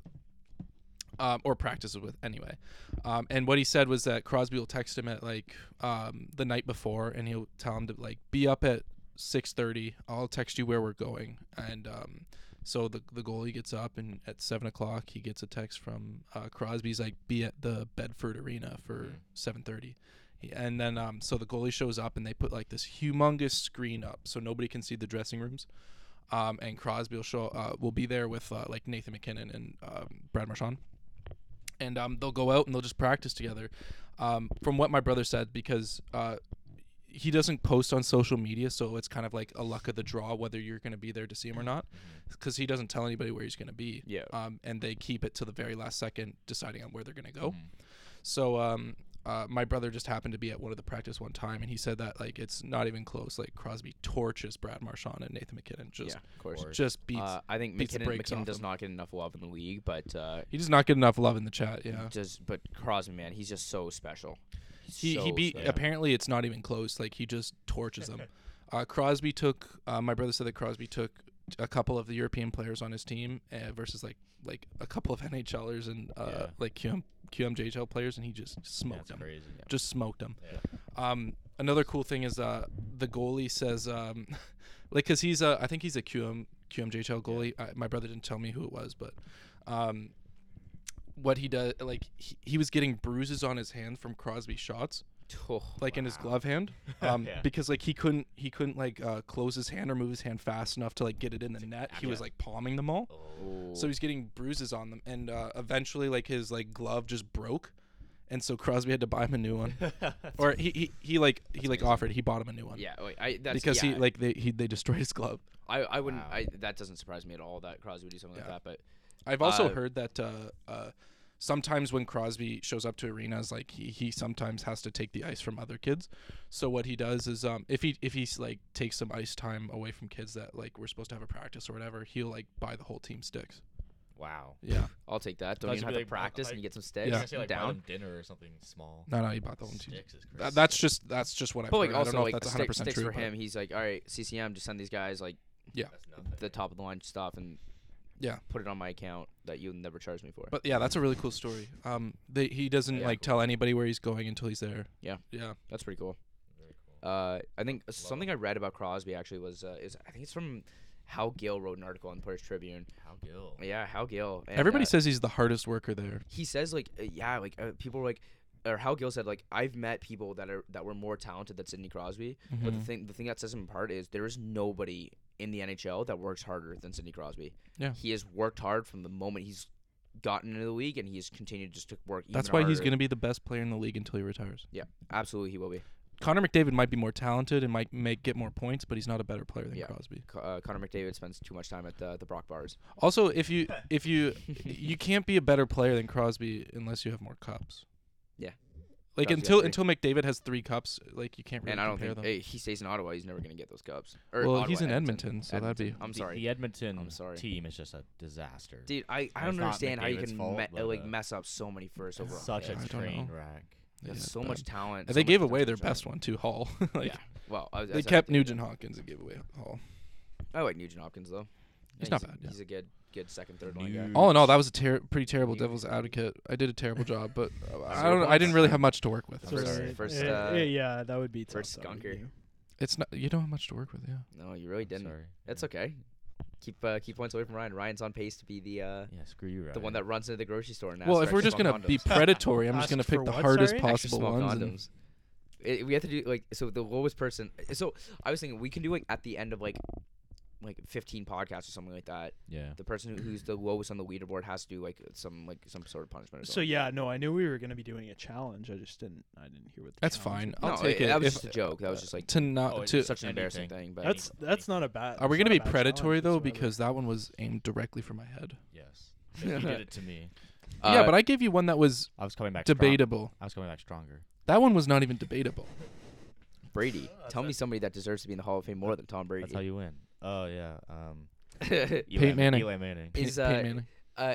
Um, or practices with anyway, um, and what he said was that Crosby will text him at like um, the night before, and he'll tell him to like be up at six thirty. I'll text you where we're going, and um, so the the goalie gets up, and at seven o'clock he gets a text from uh, Crosby's like be at the Bedford Arena for
Mhm.
seven thirty. He- and then um, so the goalie shows up and they put like this humongous screen up so nobody can see the dressing rooms um, and crosby will show uh, will be there with uh, like nathan mckinnon and um, brad marchand and um, they'll go out and they'll just practice together um, from what my brother said because uh, he doesn't post on social media so it's kind of like a luck of the draw whether you're going to be there to see him or not because he doesn't tell anybody where he's going to be
Yeah.
um, and they keep it to the very last second deciding on where they're going to go
Mm-hmm.
so um, uh, my brother just happened to be at one of the practice one time, and he said that like it's not even close. Like Crosby torches Brad Marchand and Nathan McKinnon, just
yeah, of course.
Or-
just beats.
Uh, I think
beats the
McKinnon,
brakes
McKinnon
off
does
him.
not get enough love in the league, but uh,
he does not get enough love in the chat. Yeah,
just but Crosby, man, he's just so special. He's
he he
so
beat.
special.
Apparently, it's not even close. Like he just torches them. uh, Crosby took. Uh, my brother said that Crosby took a couple of the European players on his team uh, versus like like a couple of NHLers and uh,
Yeah.
like QM, QMJHL players, and he just smoked
That's
them.
crazy.
Just smoked them.
Yeah.
Um, another cool thing is uh, the goalie says, um, like, cause he's a, I think he's a QM QMJHL goalie. I, my brother didn't tell me who it was, but um, what he does, like, he, he was getting bruises on his hand from Crosby shots,
Oh,
like in his glove hand, um,
Yeah.
because like he couldn't he couldn't like uh, close his hand or move his hand fast enough to like get it in the net. He was like palming them all. So he's getting bruises on them, and uh, eventually, like his like glove just broke, and so Crosby had to buy him a new one, or he, he he like he like offered he bought him a new one.
yeah, wait, I, that's
because
yeah,
he like they he, they destroyed his glove.
I, I wouldn't.
Wow.
I that doesn't surprise me at all that Crosby would do something
Yeah.
like that. But
I've
Uh,
also heard that uh, uh, sometimes when Crosby shows up to arenas, like he, he sometimes has to take the ice from other kids. So what he does is um, if he if he's like takes some ice time away from kids that like we're supposed to have a practice or whatever, he'll like buy the whole team sticks.
Wow.
Yeah,
I'll take that. Don't
Thought
even
you'd
have
be
to
like, well,
practice and
like-
you get some sticks
I was gonna say, like, buy
down.
them dinner or something small.
no, no, he bought the whole team.
Sticks is crazy.
That, that's just that's just what I've
But like
heard. I
also
don't know
like
if that's 100
stick,
percent
sticks
true.
for
but-
him. He's like, all right, CCM, just send these guys like
That's nothing.
the top of the line stuff and
Yeah.
put it on my account that you'll never charge me for.
But yeah, that's a really cool story. Um, they, he doesn't
Yeah,
like
cool.
tell anybody where he's going until he's there.
Yeah.
yeah.
that's pretty cool.
Very cool.
Uh, I think something
it.
I read about Crosby actually was uh, is I think it's from Hal Gill wrote an article on Players Tribune.
How Gill.
Yeah, Hal Gill. and,
Everybody
uh,
says he's the hardest worker there.
he says like uh, yeah like uh, people were like or Hal Gill said like I've met people that are that were more talented than Sidney Crosby,
Mm-hmm.
but the thing the thing that sets him apart is there is nobody in the NHL that works harder than Sidney Crosby.
Yeah.
he has worked hard from the moment he's gotten into the league, and he's continued just to work.
That's
even
why he's
harder.
going to be the best player in the league until he retires.
absolutely he will be.
Connor McDavid might be more talented and might make get more points, but he's not a better player than
Yeah.
Crosby.
Co- Uh, Connor McDavid spends too much time at the the Brock bars.
Also, if you if you you can't be a better player than Crosby unless you have more cups.
Yeah.
Like
Crosby has
until
three.
until McDavid has three cups, like you can't really
and I don't
compare
think
them.
eh, he stays in Ottawa. He's never gonna get those cups. Or
well,
Ottawa,
he's in Edmonton, so that'd
Edmonton.
be
I'm
The-
sorry,
The Edmonton
I'm sorry.
team is just a disaster.
dude. I, I
It's
don't
not
understand how you
McDavid's
can
fault,
me-
but,
like
uh,
mess up so many first overall.
Such
picks.
I
a
don't
train
know.
wreck.
yeah,
That's
it's
so
bad.
much talent.
And
so
they
much
gave away their
potential.
best one too, Hall. like
yeah. Well, I was, I
they
was-
kept Nugent Hopkins and gave away Hall.
I like Nugent Hopkins though.
He's
Yeah,
not
he's a-
bad, yeah.
He's a good, good second, third line guy.
Nuge.
All in all, that was a ter- pretty terrible
Nugent.
devil's advocate. I did a terrible job, but uh, I
Zero
don't. I
points.
didn't really have much to work with.
I'm
So,
sorry.
uh,
First,
eh,
uh,
eh, yeah, that would be tough.
first
that would
skunker.
be-
It's not. You don't have much to work with. Yeah.
No, you really didn't.
Sorry.
That's
Yeah.
okay. Keep uh, keep points away from Ryan. Ryan's on pace to be the uh,
Yeah, screw you, right?
the one that runs into the grocery store. And
Well,
asks
if
for
we're
extra
just
small
gonna be
condoms.
predatory, I'm just
Ask
gonna pick
for
the
what,
hardest
sorry?
Extra
possible
small
ones. and-
condoms. It- we have to do like so the lowest person. So I was thinking we can do like at the end of like like 15 podcasts or something like that,
Yeah.
the person who, who's the lowest on the leaderboard has to do like some like some sort of punishment. Or
So
something.
yeah, no, I knew we were gonna be doing a challenge. I just didn't. I didn't hear what. The
That's fine.
challenge was.
I'll
no,
take it.
That was
if-
just a joke. That was just like
to not
Oh, it's
to.
such an embarrassing
anything.
thing. But
That's that's not a bad.
Are we
that's
gonna be
not a bad challenge
predatory though?
whatsoever.
Because that one was aimed directly for my head.
Yes. If you did it to me.
Uh,
yeah, but I gave you one that was
I was coming back. strong-
debatable.
I was coming back stronger.
That one was not even debatable.
Brady,
Oh, that's
tell me
it.
somebody that deserves to be in the Hall of Fame more than Tom Brady.
That's how you win. Oh yeah. Um. Eli,
Peyton Manning.
Eli Manning.
Pey-
Is, uh,
Peyton Manning.
uh,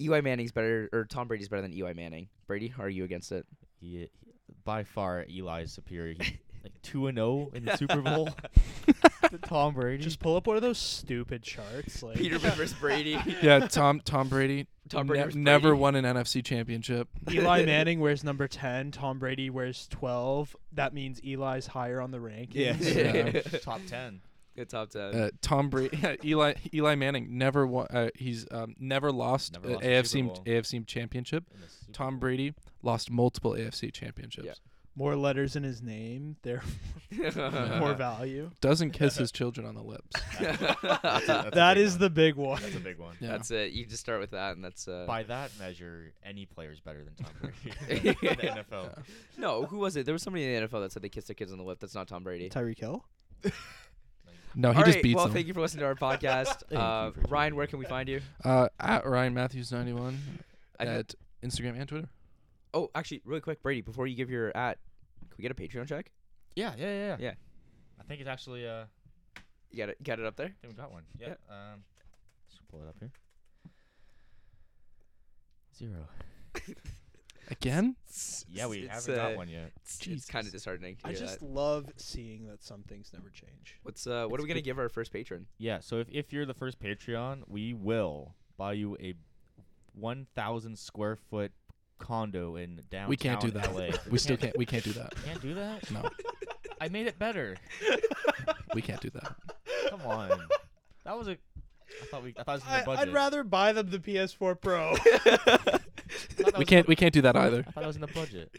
Eli Manning's better, or Tom Brady's better than Eli Manning. Brady, are you against it?
He, he- by far Eli is superior. He, like two and zero in the Super Bowl. to Tom Brady.
Just pull up one of those stupid charts, like
Peterman versus Brady.
yeah, Tom Tom Brady,
Tom Brady
ne-
versus
never
Brady.
won an NFC championship.
Eli Manning wears number ten, Tom Brady wears twelve. That means Eli's higher on the rankings.
Yeah.
Yeah.
top ten.
Good top ten.
Uh, Tom Brady, Eli Eli Manning never won. Uh, he's um, never lost
Never
an
lost a
AFC
Super
m-
Bowl.
AFC championship.
in the Super
Tom
Bowl.
Brady lost multiple AFC championships.
Yeah.
More letters in his name, there
Uh-huh.
more value.
Doesn't kiss his children on the lips.
That's a- that's a
That
big
is
one.
the big one.
That's a big one.
Yeah.
That's it. You just start with that, and that's uh,
By that measure, any player is better than Tom Brady in the NFL.
Yeah.
no. Who was it? There was somebody in the NFL that said they kissed their kids on the lip. That's not Tom Brady.
Tyreek Hill.
No, Oh, he
All
just
right,
beats
well,
them.
thank you for listening to our podcast.
you
uh,
for
Ryan,
joining.
where can we find you?
Uh, at Ryan Matthews ninety one
I think-
at Instagram and Twitter.
oh, actually, really quick, Brady, before you give your at, can we get a Patreon check?
Yeah, yeah, yeah, yeah.
Yeah.
I think it's actually. Uh, I
You got it. Got it up there.
think we got one. Yeah. Um, let's pull it up here. Zero.
Again,
Yeah, we
It's,
haven't
uh,
got one yet.
It's, kind of disheartening. To
I
hear
just
that.
love seeing that some things never change.
What's uh? What are
it's
we gonna
good.
give our first patron?
Yeah. So if, if you're the first Patreon, we will buy you a 1,000 square foot condo in downtown
we can't do that.
LA.
We still can't. We can't do that.
Can't do that.
No,
I made it better.
we can't do that.
Come on. That was a. I thought we. I thought it was in the
I,
budget.
I'd rather buy them the PS4 Pro.
I thought that
We
was-
can't. We can't do that either.
I thought that was in the budget.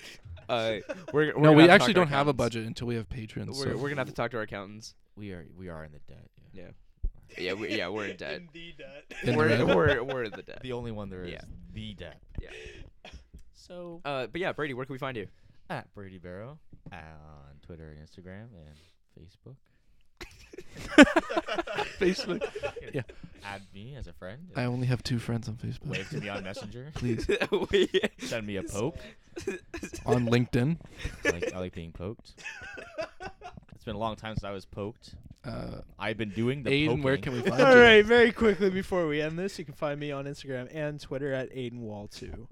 Uh, we're, we're
No,
gonna
we
have to talk
actually
to our
don't have a
accountants.
budget until we have patrons.
We're,
so-
we're gonna have to talk to our accountants.
We are. We are in the debt. Yeah.
Yeah. Yeah, we, yeah, we're in debt.
In the debt.
In
we're,
debt.
we're we're in the debt.
The only one there is.
Yeah.
The debt.
Yeah.
So
Uh, but yeah, Brady, where can we find you?
at Brady Barrow on Twitter and Instagram and Facebook.
Facebook. Yeah.
Add me as a friend.
I only have two friends on
wave to
Facebook.
me on Messenger.
Please
We-
Send me a pope.
on LinkedIn.
I like, I like being poked. It's been a long time since I was poked.
Uh,
I've been doing the
Aiden,
poking.
where can we find
All
you?
right, very quickly before we end this, you can find me on Instagram and Twitter at Aiden Wall 2.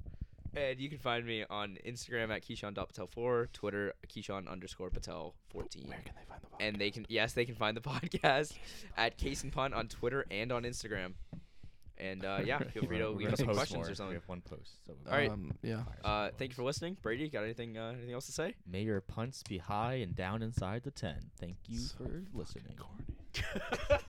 and you can find me on Instagram at Keyshawn.Patel4, Twitter Keyshawn underscore Patel14.
Where can they find the podcast?
And they can, yes, they can find the podcast at Case and Pun on Twitter and on Instagram. And uh, yeah, feel free
We're-
to
we're
leave
gonna
us some
post
questions
more.
or
We
something.
have one post. So
All right.
Um, yeah.
Uh, thank you for listening, Brady. Got anything uh, anything else to say?
May your punts be high and down inside the ten. Thank you for listening.
Corny.